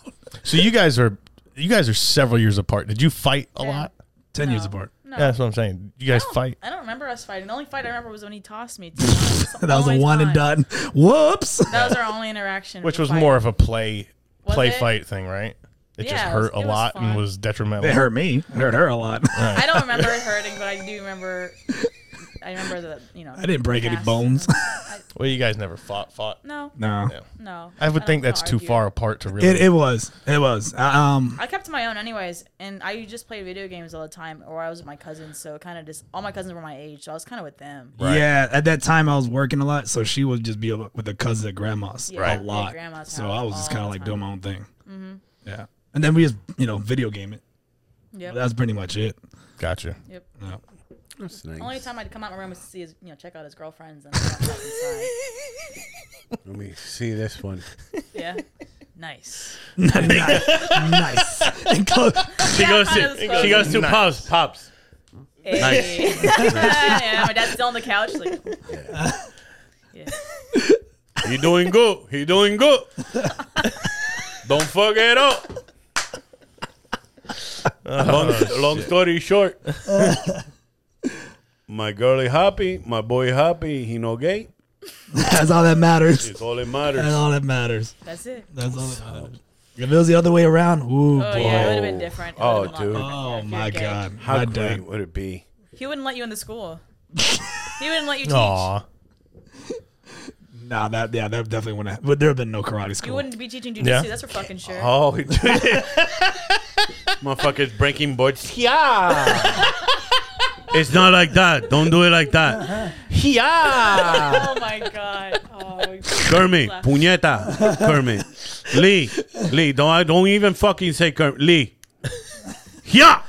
So you guys are you guys are several years apart. Did you fight a lot? Ten years apart. No. Yeah, that's what I'm saying. You guys I don't- fight. I don't remember us fighting. The only fight I remember was when he tossed me. to be honest. It's the That was a only one and time. done. Whoops. That was our only interaction. Which with was fighting. more of a play Was play it? fight thing, right? It just Yeah, it hurt was- it was a lot fun. and was detrimental. It hurt me. It hurt her a lot. I don't remember it hurting, but I do remember. I remember the you know. I didn't break any bones. Well, you guys never fought fought. No, No. no. I would don't think wanna that's too argue. far apart to really. It, it was. It was. Uh, um, I kept to my own anyways, and I just played video games all the time, or I was with my cousins. So kind of just all my cousins were my age, so I was kind of with them. Right. Yeah, at that time I was working a lot, so she would just be with a cousin at grandma's Yeah, Right. a at lot. grandma's so house I was just all kind of the like time. Mm-hmm. doing my own thing. Yeah, and then we just you know video game it. Yep. That's pretty much it. Gotcha. yep. Yeah. That's nice. Only time I'd come out my room was to see his, you know, check out his girlfriends and. I'd come outside. Let me see this one. yeah. Nice. nice. nice. And close. She goes That was to she goes to pops pops. Hey. yeah, my dad's still on the couch. Like, yeah. He doing good. He doing good. Don't fuck it up. Oh, Long, long story short, My girlie happy. My boy happy. He no gay. That's all that matters. it's all that That's matters. all that matters. That's it. That's all that matters. If it was the other way around, ooh, Oh boy. yeah, it would have been different. It Oh, would've been a lot Oh, different if you're my gay. god, How my great dad. would it be? He wouldn't let you in the school. he wouldn't let you teach. Aw. Nah, that yeah, that definitely wouldn't. Have, but there have been no karate You school. wouldn't be teaching jujitsu. Yeah. That's for fucking sure. Oh, he did it. motherfuckers breaking boards. Yeah, It's not like that. Don't do it like that. Uh-huh. yeah. Oh my god. Oh, Kermit, puñeta. Kermit, Lee, Lee. Don't I don't even fucking say Kermit. Lee. Yeah.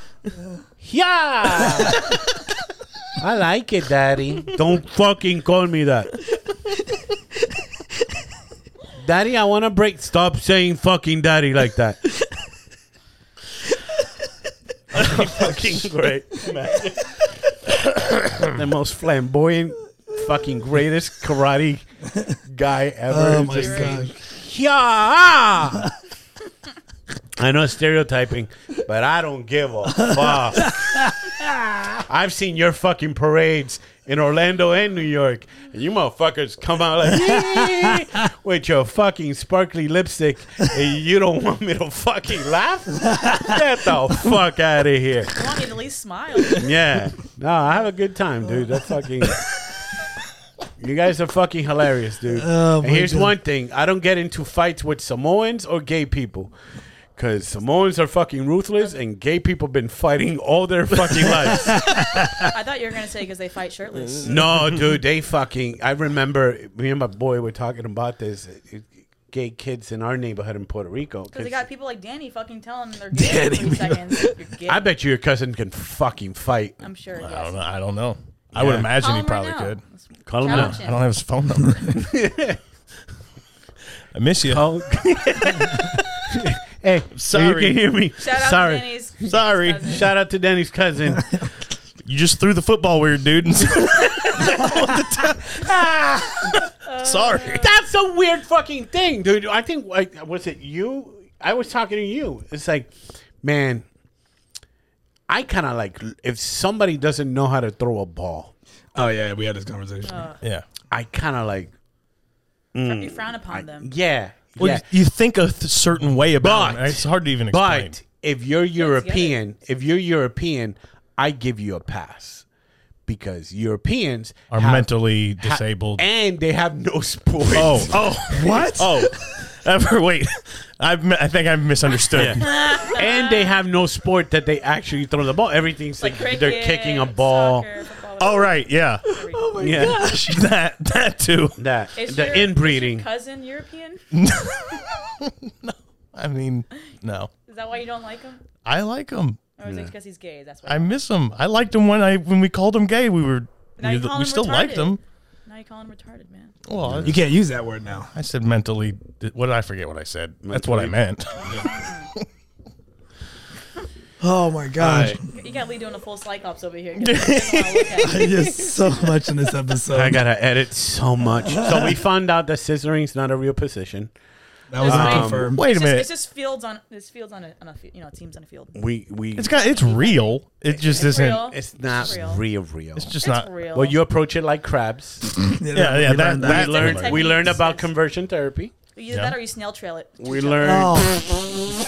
Yeah. I like it, Daddy. Don't fucking call me that. Daddy, I want to break. Stop saying fucking daddy like that. fucking great. the most flamboyant, fucking greatest karate guy ever. Oh my Just- god. Yeah. I know it's stereotyping, but I don't give a fuck. I've seen your fucking parades in Orlando and New York, and you motherfuckers come out like "Yee!" with your fucking sparkly lipstick, and you don't want me to fucking laugh? Get the fuck out of here. I want you to at least smile. Yeah. No, I have a good time, dude. That's fucking. You guys are fucking hilarious, dude. Oh, and my here's God. one thing: I don't get into fights with Samoans or gay people, because Samoans are fucking ruthless, and gay people been fighting all their fucking lives. I thought you were gonna say because they fight shirtless. no, dude, they fucking. I remember me and my boy were talking about this. uh, Gay kids in our neighborhood in Puerto Rico. Because they got people like Danny fucking telling them they're gay Danny, in 30 seconds. You're gay. I bet you your cousin can fucking fight. I'm sure. I don't Yes. know. I don't know. I would Yeah. imagine Call he him right probably now. could. Let's Call him challenge out. I don't have his phone number. I miss you. Oh. hey, sorry. You can hear me. Shout out sorry. to Danny's. Sorry. cousin. Shout out to Danny's cousin. You just threw the football weird, dude. And Sorry. That's a weird fucking thing, dude. I think like was it you? I was talking to you. It's like, man, I kind of like if somebody doesn't know how to throw a ball, Oh yeah, we had this conversation. Yeah. I kind of like, Mm. You frown upon them. yeah, Well, yeah. you you think a th- certain way about But- it. right? It's hard to even But explain. if you're European, if you're European, I give you a pass because Europeans Are have- mentally ha- disabled. and they have no sports. oh, oh, what? Oh, ever wait? I've, mi- I think I misunderstood. and they have no sport that they actually throw the ball. Everything's Like like, cricket, they're kicking a ball. Soccer, football, Oh, right, yeah, oh, yeah, that that too. that the inbreeding. cousin European? I mean, no, Is that why you don't like him? I like him. Or is it because he's gay? That's why. I miss him. I liked him when I when we called him gay. We were Now we, you call we him still liked retarded. him. now you call him retarded, man. Well, I- You can't use that word now. I said mentally. di- What did I forget? What I said? That's what I meant. Oh my gosh. You got Lee doing a full cyclops over here. 'cause he doesn't wanna look at him. There's so much in this I episode. gotta edit so much. so we found out that scissoring's not a real position. That was Um, confirmed. Wait It's a just, it's minute. just fields on. It's fields on a, on a fi- you know teams on a field. We we It's it's, got. It's real. It just isn't. real. not It's real. real. real It's just It's not. real. Well, you approach it like crabs. Yeah, yeah. That, learned that. that we learned Technique. we learned about conversion therapy. either that or you snail trail it. to We each other. learned Oh,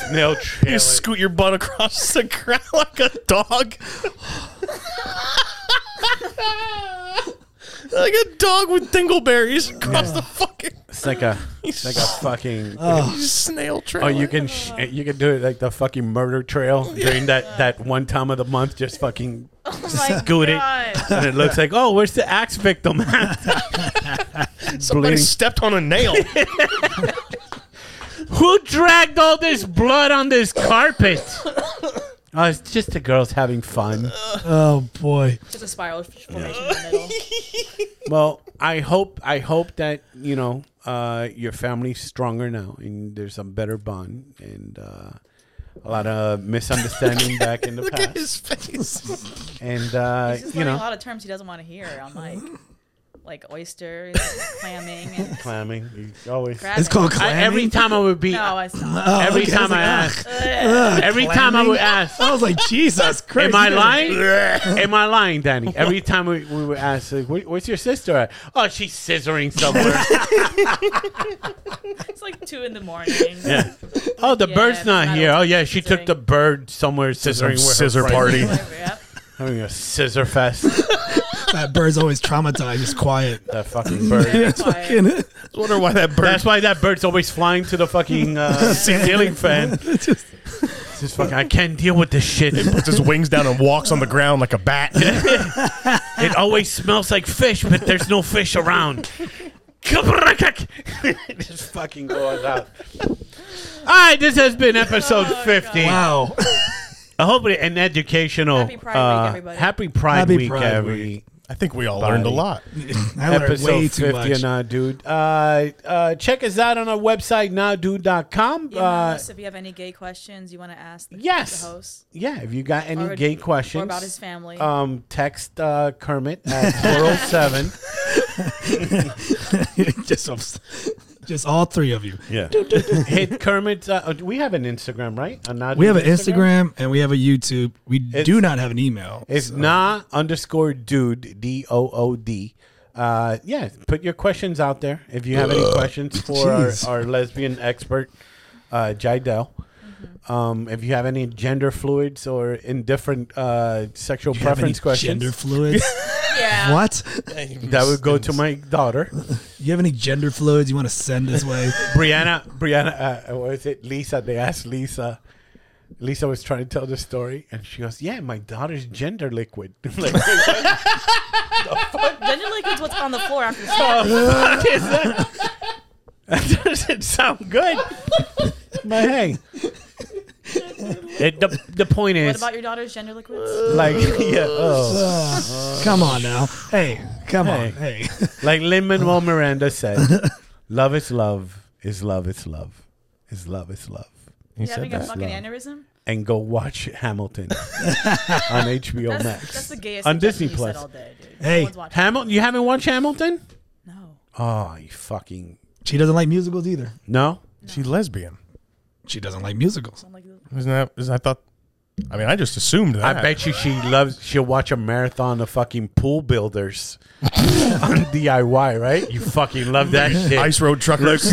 snail You trail. scoot your butt across the ground like a dog. like a dog with dingleberries across the fucking It's like a it's like a fucking. snail trail. Oh, you can sh- you can do it like the fucking murder trail during that, that one time of the month. Just fucking Oh my Scoot it. God. and it looks like oh, where's the axe victim? Somebody bleeding. stepped on a nail. Who dragged all this blood on this carpet? oh, it's just the girls having fun. oh boy. Just a spiral formation in the middle. Well, I hope I hope that you know uh, your family's stronger now and there's a better bond and uh, a lot of misunderstanding back in the Look at past. his face. And uh, He's just you learning a know, lot of terms he doesn't want to hear on like like oysters, clamming, and clamming. You always. grabbing. It's called I, clamming. every time I would be. No, I saw. Oh, every okay. time I was ask. like, every time I would ask. ah. I was like, Jesus Christ. Am I you guys- lying? Am I lying, Danny? Every time we, we were asked, like, "Where- "Where's your sister?" at?" Oh, she's scissoring somewhere. It's like two in the morning. Yeah. Oh, the Yeah, bird's not I here. don't- Oh, yeah, she took the bird somewhere scissoring. with her scissor friends. party. Whatever, yep. Having a scissor fest. That bird's always traumatized. It's quiet. that fucking bird. It's fucking. I wonder why that bird. That's why that bird's always flying to the fucking uh, ceiling fan. It's just- It's just fucking, I can't deal with this shit. puts his wings down and walks on the ground like a bat. It always smells like fish, but there's no fish around. just fucking goes out. All right, this has been episode Oh, 50. wow. I hope it an educational. Happy Pride Week, uh, everybody. Happy Pride Happy Week, Pride every, Week. I think we all Body. learned a lot. I learned way Episode too 50 much. and Nah Dude. Uh, uh, check us out on our website, nahdude.com. Email Uh, us if you have any gay questions you want to ask the, Yes. the host. yeah, if you got any Or- gay or questions. Or about his family. um, text uh, Kermit at 407. just, obs- just all three of you. Yeah. Hit Kermit. Uh, oh, we have an Instagram, right? A Nah We have Dude an Instagram and we have a YouTube. We do not have an email. It's nah underscore dude d o o d. Uh, yeah, put your questions out there if you have any questions for our, Jeez. our lesbian expert, uh, Jidel. Mm-hmm. Um, if you have any gender fluids or indifferent uh, sexual Have any preference questions, Gender fluids? yeah. what? that would go to my daughter, You have any gender fluids you want to send this way? Brianna. Brianna, uh, what is it? Lisa. They asked Lisa. Lisa was trying to tell the story, and she goes, "Yeah, my daughter's gender liquid." like, Gender liquid's what's on the floor after sex. That doesn't sound good. but hey, It- the, the point What is, about your daughter's gender liquids? like, yeah, oh. Uh, come on now. Hey, come on. Hey. like Lin Manuel Miranda said, "Love is love, is love is love, is love is love." You having a that. fucking Love. aneurysm? And go watch Hamilton on HBO That's, Max. that's the gayest on suggestion Disney you said Plus. all day, dude. Hey. No one's watching. Hamilton, you haven't watched Hamilton? No. Oh, you fucking She doesn't like musicals either. no. She's lesbian. She doesn't like musicals. I'm like, you Isn't that? Isn't, I thought. I mean, I just assumed that. I bet you she loves. She'll watch a marathon of fucking pool builders on DIY, right? You fucking love that shit. Ice road truckers.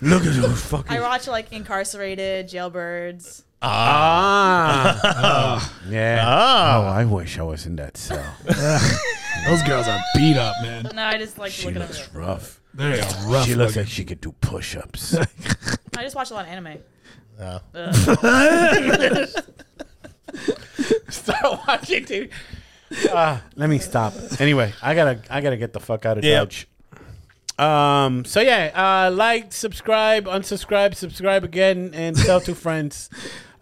Look at those fucking. I watch like Incarcerated, Jailbirds. Ah. yeah. Oh, I wish I was in that cell. Those girls are beat up, man. No, I just like to She look at them. looks rough. They are rough. She looks looking. like she could do push-ups. I just watch a lot of anime. Start watching TV. Ah, let me stop. Anyway, I gotta, I gotta get the fuck out of Yep. Dodge. Um. So yeah, uh, like, subscribe, unsubscribe, subscribe again, and tell two friends.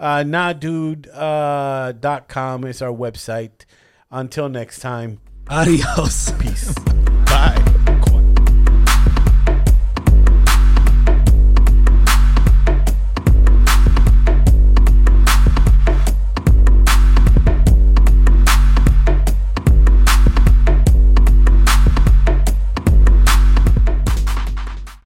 Uh, nahdude, uh, dot com is our website. Until next time. Adios. Peace.